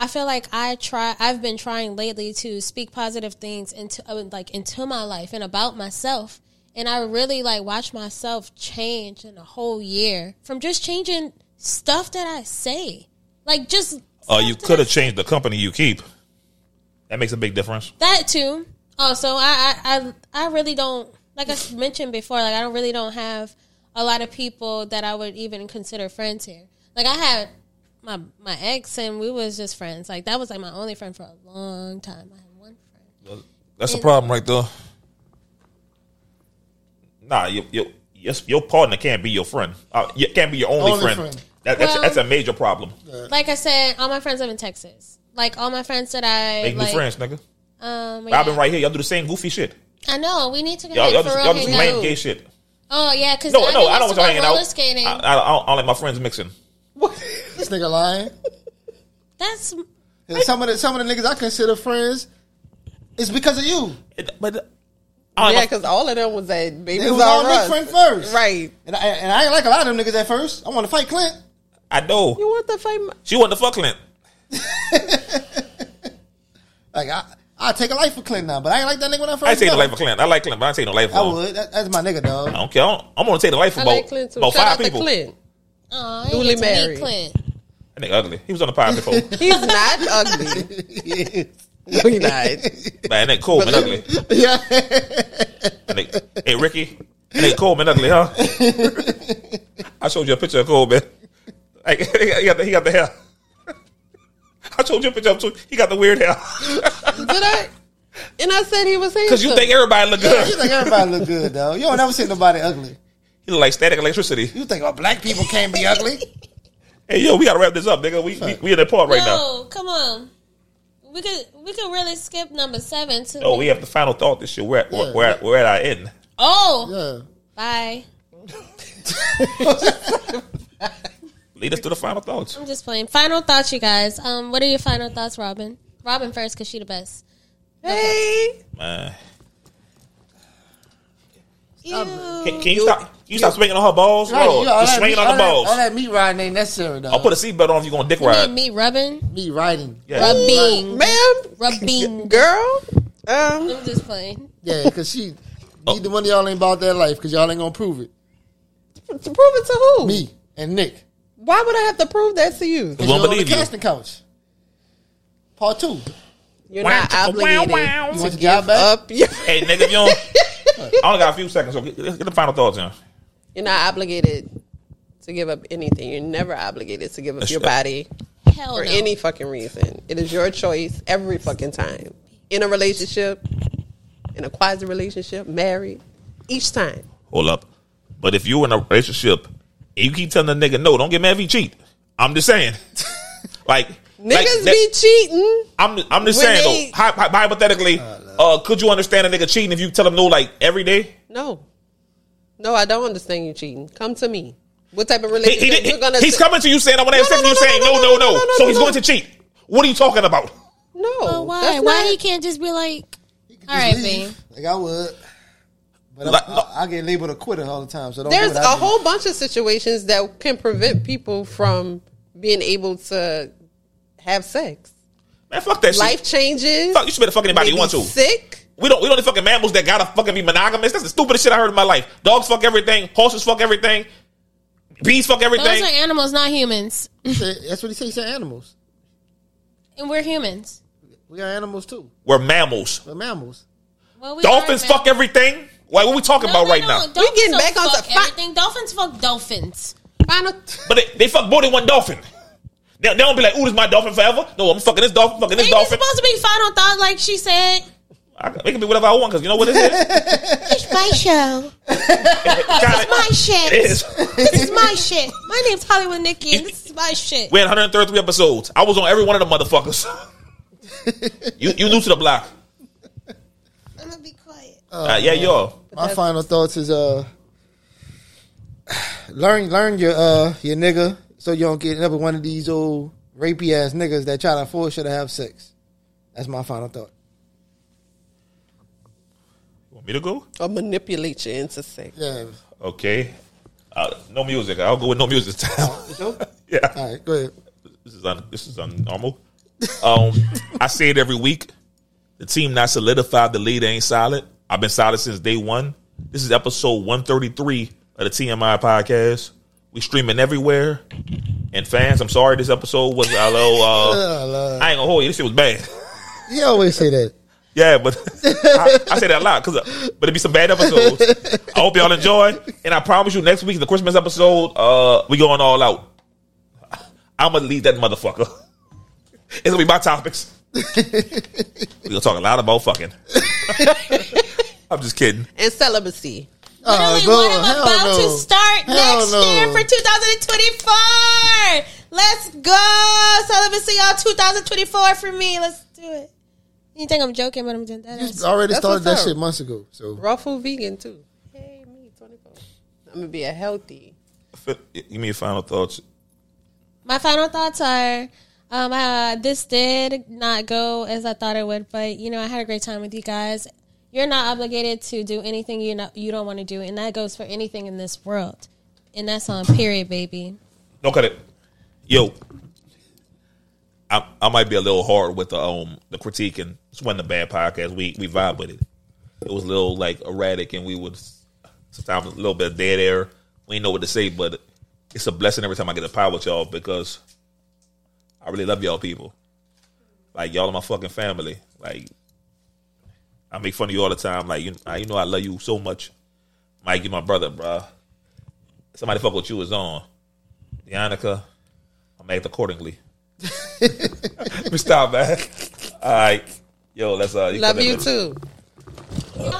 Speaker 4: I feel like I try. I've been trying lately to speak positive things into uh, like into my life and about myself, and I really like watch myself change in a whole year from just changing stuff that I say, like just
Speaker 1: Uh, you
Speaker 4: stuff that
Speaker 1: could
Speaker 4: I
Speaker 1: have changed the company you keep. That makes a big difference.
Speaker 4: that too. Also, I I I, I really don't like I s- mentioned before. Like I don't really don't have a lot of people that I would even consider friends here. Like I had my my ex and we was just friends. Like that was like my only friend for a long time. I had one friend.
Speaker 1: That's the problem right there. Nah, your your your, your partner can't be your friend. Uh, you can't be your only,
Speaker 7: Only
Speaker 1: friend.
Speaker 7: friend.
Speaker 1: That, that's
Speaker 4: Well-
Speaker 1: that's a major problem.
Speaker 4: Like I said, all my friends live in Texas. Like all my friends that I
Speaker 1: Make
Speaker 4: like,
Speaker 1: new friends, nigga.
Speaker 4: Um,
Speaker 1: I've been right here. Y'all do the same goofy shit.
Speaker 4: I know we need to
Speaker 1: Y'all,
Speaker 4: connect
Speaker 1: y'all
Speaker 4: for
Speaker 1: just,
Speaker 4: real.
Speaker 1: y'all just
Speaker 4: hang
Speaker 1: lame
Speaker 4: out.
Speaker 1: gay shit.
Speaker 4: Oh yeah, because
Speaker 1: No, no, I don't want
Speaker 4: want
Speaker 1: y'all hanging out.
Speaker 4: roller skating.
Speaker 1: I, I, I don't like my friends mixing.
Speaker 7: This nigga lying.
Speaker 4: That's
Speaker 7: And some of the some of the niggas I consider friends, it's because of you.
Speaker 1: It, but I don't
Speaker 3: Yeah,
Speaker 1: like my-
Speaker 3: because all of them was at Baby
Speaker 7: It was all Nick
Speaker 3: Us.
Speaker 7: friend first.
Speaker 3: Right.
Speaker 7: And I and I ain't like a lot of them niggas at first. I want to fight Clint.
Speaker 1: I know
Speaker 3: You want to fight? my-
Speaker 1: she wanted to fuck Clint.
Speaker 7: Like I I take a life for Clint now, but I ain't like that nigga when I first.
Speaker 1: I ain't take the
Speaker 7: met him.
Speaker 1: life of Oh. Clint. I like Clint, but I ain't take no life
Speaker 7: I
Speaker 1: for him.
Speaker 7: would. That, that's my nigga, dog.
Speaker 1: I don't care. I don't, I'm gonna take the life for
Speaker 3: I
Speaker 1: about,
Speaker 3: like Clint too.
Speaker 1: about
Speaker 3: Shout
Speaker 1: five
Speaker 3: out
Speaker 1: people.
Speaker 3: to Clint.
Speaker 4: oh,
Speaker 3: Newly
Speaker 4: newly married.
Speaker 3: married.
Speaker 4: Clint.
Speaker 1: That nigga ugly. He was on the pod before.
Speaker 3: He's not ugly. No, he's not.
Speaker 1: Man, that Coleman ugly.
Speaker 7: Yeah.
Speaker 1: That nigga- hey Ricky, that nigga Coleman ugly, huh? I showed you a picture of Coleman. Like, he, got the, he got the hair. I showed you a picture of him too. He got the weird hair.
Speaker 3: Did I? And I said he was handsome.
Speaker 1: Cause you think everybody look good.
Speaker 7: You think everybody look good, though. You don't ever see nobody ugly.
Speaker 1: He look like static electricity.
Speaker 7: You think, oh, black people can't be ugly?
Speaker 1: Hey yo, we gotta wrap this up, nigga. We we, we in that part right now.
Speaker 4: no, come on. We could we could really skip number seven. To
Speaker 1: No, Oh, we have the final thought this year. We're at,
Speaker 7: Yeah.
Speaker 1: we're, at, we're at our end.
Speaker 4: oh,
Speaker 7: Yeah.
Speaker 4: bye.
Speaker 1: Lead us to the final thoughts.
Speaker 4: I'm just playing. Final thoughts, you guys. Um, what are your final thoughts, Robin? Robin first, cause she the best.
Speaker 3: Hey.
Speaker 1: Man.
Speaker 4: Ew.
Speaker 1: Can, can you, stop? Can you stop swinging on her balls? Bro,
Speaker 7: you all
Speaker 1: just
Speaker 7: that
Speaker 1: swinging on
Speaker 7: meat-
Speaker 1: the
Speaker 7: all that-
Speaker 1: balls.
Speaker 7: all that meat riding ain't necessary, though.
Speaker 1: I'll put a seatbelt on if you're gonna dick
Speaker 4: You
Speaker 1: ride.
Speaker 4: mean me rubbing,
Speaker 7: meat riding.
Speaker 1: Oh. Yeah.
Speaker 4: rubbing,
Speaker 3: Ma'am,
Speaker 4: rubbing.
Speaker 3: girl. Um,
Speaker 4: I'm just playing.
Speaker 7: Yeah, because she,
Speaker 1: Oh.
Speaker 7: neither one of y'all ain't about that life because y'all ain't going to prove it.
Speaker 3: to prove it to who?
Speaker 7: Me and Nick.
Speaker 3: Why would I have to prove that to you?
Speaker 1: Won't
Speaker 7: You're on the
Speaker 1: believe you.
Speaker 7: casting couch. Part two.
Speaker 3: You're not obligated
Speaker 7: You want your job back?
Speaker 3: up. Your,
Speaker 1: Hey, nigga, if you don't, I only got a few seconds, so get, let's get the final thoughts in.
Speaker 3: you're not obligated to give up anything. You're never obligated to give up
Speaker 1: That's
Speaker 3: your
Speaker 1: right.
Speaker 3: body
Speaker 4: Hell Oh, no.
Speaker 3: for any fucking reason. It is your choice every fucking time. In a relationship, in a quasi relationship, married, each time.
Speaker 1: Hold up. But if you're in a relationship and you keep telling the nigga no, don't get mad if he cheat. I'm just saying. like
Speaker 3: Niggas
Speaker 1: like that-
Speaker 3: be cheating.
Speaker 1: I'm I'm just
Speaker 3: when
Speaker 1: saying
Speaker 3: they- Oh,
Speaker 1: though, hy- hy- hypothetically, uh, could you understand a nigga cheating if you tell him no like every day?
Speaker 3: No. No, I don't understand you cheating. Come to me. What type of
Speaker 1: He,
Speaker 3: relationship
Speaker 1: he,
Speaker 3: you're gonna
Speaker 1: he, he's coming to you saying I want to have
Speaker 3: No,
Speaker 1: sex
Speaker 3: no,
Speaker 1: with you
Speaker 3: no,
Speaker 1: saying
Speaker 3: no,
Speaker 1: no
Speaker 3: no,
Speaker 1: no no.
Speaker 3: no, no,
Speaker 1: So
Speaker 3: no,
Speaker 1: he's
Speaker 3: no.
Speaker 1: going to cheat. What are you talking about?
Speaker 3: No.
Speaker 4: Oh, why?
Speaker 3: that's
Speaker 4: Why
Speaker 3: not-
Speaker 4: he can't just be like, all
Speaker 7: Just
Speaker 4: right,
Speaker 7: leave.
Speaker 4: babe.
Speaker 7: Like I would. But
Speaker 1: Like-
Speaker 7: I, I, I get labeled a quitter all the time. So don't do
Speaker 3: There's
Speaker 7: what
Speaker 3: a
Speaker 7: I do.
Speaker 3: whole bunch of situations that can prevent people from being able to have sex.
Speaker 1: Man, fuck that
Speaker 3: Life
Speaker 1: shit.
Speaker 3: changes.
Speaker 1: Fuck, you should be fucking anybody you
Speaker 3: Maybe
Speaker 1: want to.
Speaker 3: Sick.
Speaker 1: We don't we don't the fucking mammals that gotta fucking be monogamous. That's the stupidest shit I heard in my life. Dogs fuck everything, horses fuck everything, bees fuck
Speaker 4: Those
Speaker 1: everything.
Speaker 4: are animals, not humans.
Speaker 7: That's what he said. He said animals.
Speaker 4: And we're humans.
Speaker 7: We are animals too.
Speaker 1: We're mammals.
Speaker 7: We're mammals.
Speaker 4: Well, we
Speaker 1: Dolphins
Speaker 4: are
Speaker 1: fuck
Speaker 4: mammals.
Speaker 1: everything. Like what we talking
Speaker 4: No,
Speaker 1: about
Speaker 4: no,
Speaker 1: right
Speaker 4: no.
Speaker 1: now?
Speaker 4: Dolphins
Speaker 3: getting
Speaker 4: don't
Speaker 3: back on
Speaker 4: fuck
Speaker 3: to fi-
Speaker 4: everything. Dolphins fuck dolphins.
Speaker 3: Final.
Speaker 1: But they, they fuck more than one dolphin. They, they don't be like, ooh, this my dolphin forever. No, I'm fucking this dolphin, fucking this
Speaker 4: Ain't it
Speaker 1: dolphin.
Speaker 4: supposed to be final thought, like she said?
Speaker 1: I, it can be whatever I want because you know what it is?
Speaker 4: It's my show.
Speaker 1: Kinda-
Speaker 4: My shit.
Speaker 1: it is.
Speaker 4: This is my shit. My name's Hollywood Nikki, and this is my shit.
Speaker 1: We had 133 episodes. I was on every one of the motherfuckers. you you new to the block.
Speaker 4: I'm gonna be quiet.
Speaker 1: Uh, yeah, you are.
Speaker 7: My final thoughts is uh, learn learn your uh your nigga so you don't get another one of these old rapey ass niggas that try to force you to have sex. That's my final thought.
Speaker 1: Want me to go?
Speaker 3: Or manipulate you into sex.
Speaker 7: Yeah.
Speaker 1: Okay. Uh, no music. I'll go with no music. yeah.
Speaker 7: All right. Go ahead.
Speaker 1: this is un, this is unnormal. Um, I say it every week. The team not solidified. The lead ain't solid. I've been solid since day one. This is episode one thirty three of the TMI podcast. We streaming everywhere. And fans, I'm sorry this episode was a little. Uh, I ain't gonna hold you. This shit was bad.
Speaker 7: He always say that.
Speaker 1: Yeah, but I, I say that a lot because, but it be some bad episodes. I hope y'all enjoy, and I promise you, next week the Christmas episode, uh, we going all out. I'm gonna lead that motherfucker. It's gonna be my topics. we gonna talk a lot about fucking. I'm just kidding.
Speaker 3: And celibacy.
Speaker 4: Literally,
Speaker 7: bro,
Speaker 4: what I'm
Speaker 7: hell
Speaker 4: about
Speaker 7: Oh, no.
Speaker 4: to start
Speaker 7: Hell
Speaker 4: next
Speaker 7: no.
Speaker 4: year for 2024. Let's go. Celibacy, y'all, 2024 for me. Let's do it. You think I'm joking, but I'm doing that.
Speaker 7: He's already
Speaker 3: That's
Speaker 7: started that
Speaker 3: what's up.
Speaker 7: shit months ago. So
Speaker 3: Raw food vegan too. Hey, me 24. I'm gonna be a healthy.
Speaker 1: Give me your final thoughts.
Speaker 4: my final thoughts are um, uh, this did not go as I thought it would, but you know, I had a great time with you guys. You're not obligated to do anything you not, you don't want to do, and that goes for anything in this world. And that's on period, baby.
Speaker 1: Don't cut it. Yo, I, I might be a little hard with the um the critique and it's one of the bad podcast. We we vibe with it. It was a little like erratic and we would sometimes a little bit of dead air. We didn't know what to say, but it's a blessing every time I get a pie with y'all because I really love y'all people. Like y'all are my fucking family. Like I make fun of you all the time. Like you, I, you know I love you so much. Mike, you my brother, bruh. Somebody fuck with you is on. Yannicka, I'm act accordingly. Let me stop, man. All right. Yo, let's uh.
Speaker 3: Love
Speaker 1: cut that
Speaker 3: you
Speaker 1: little-
Speaker 3: too.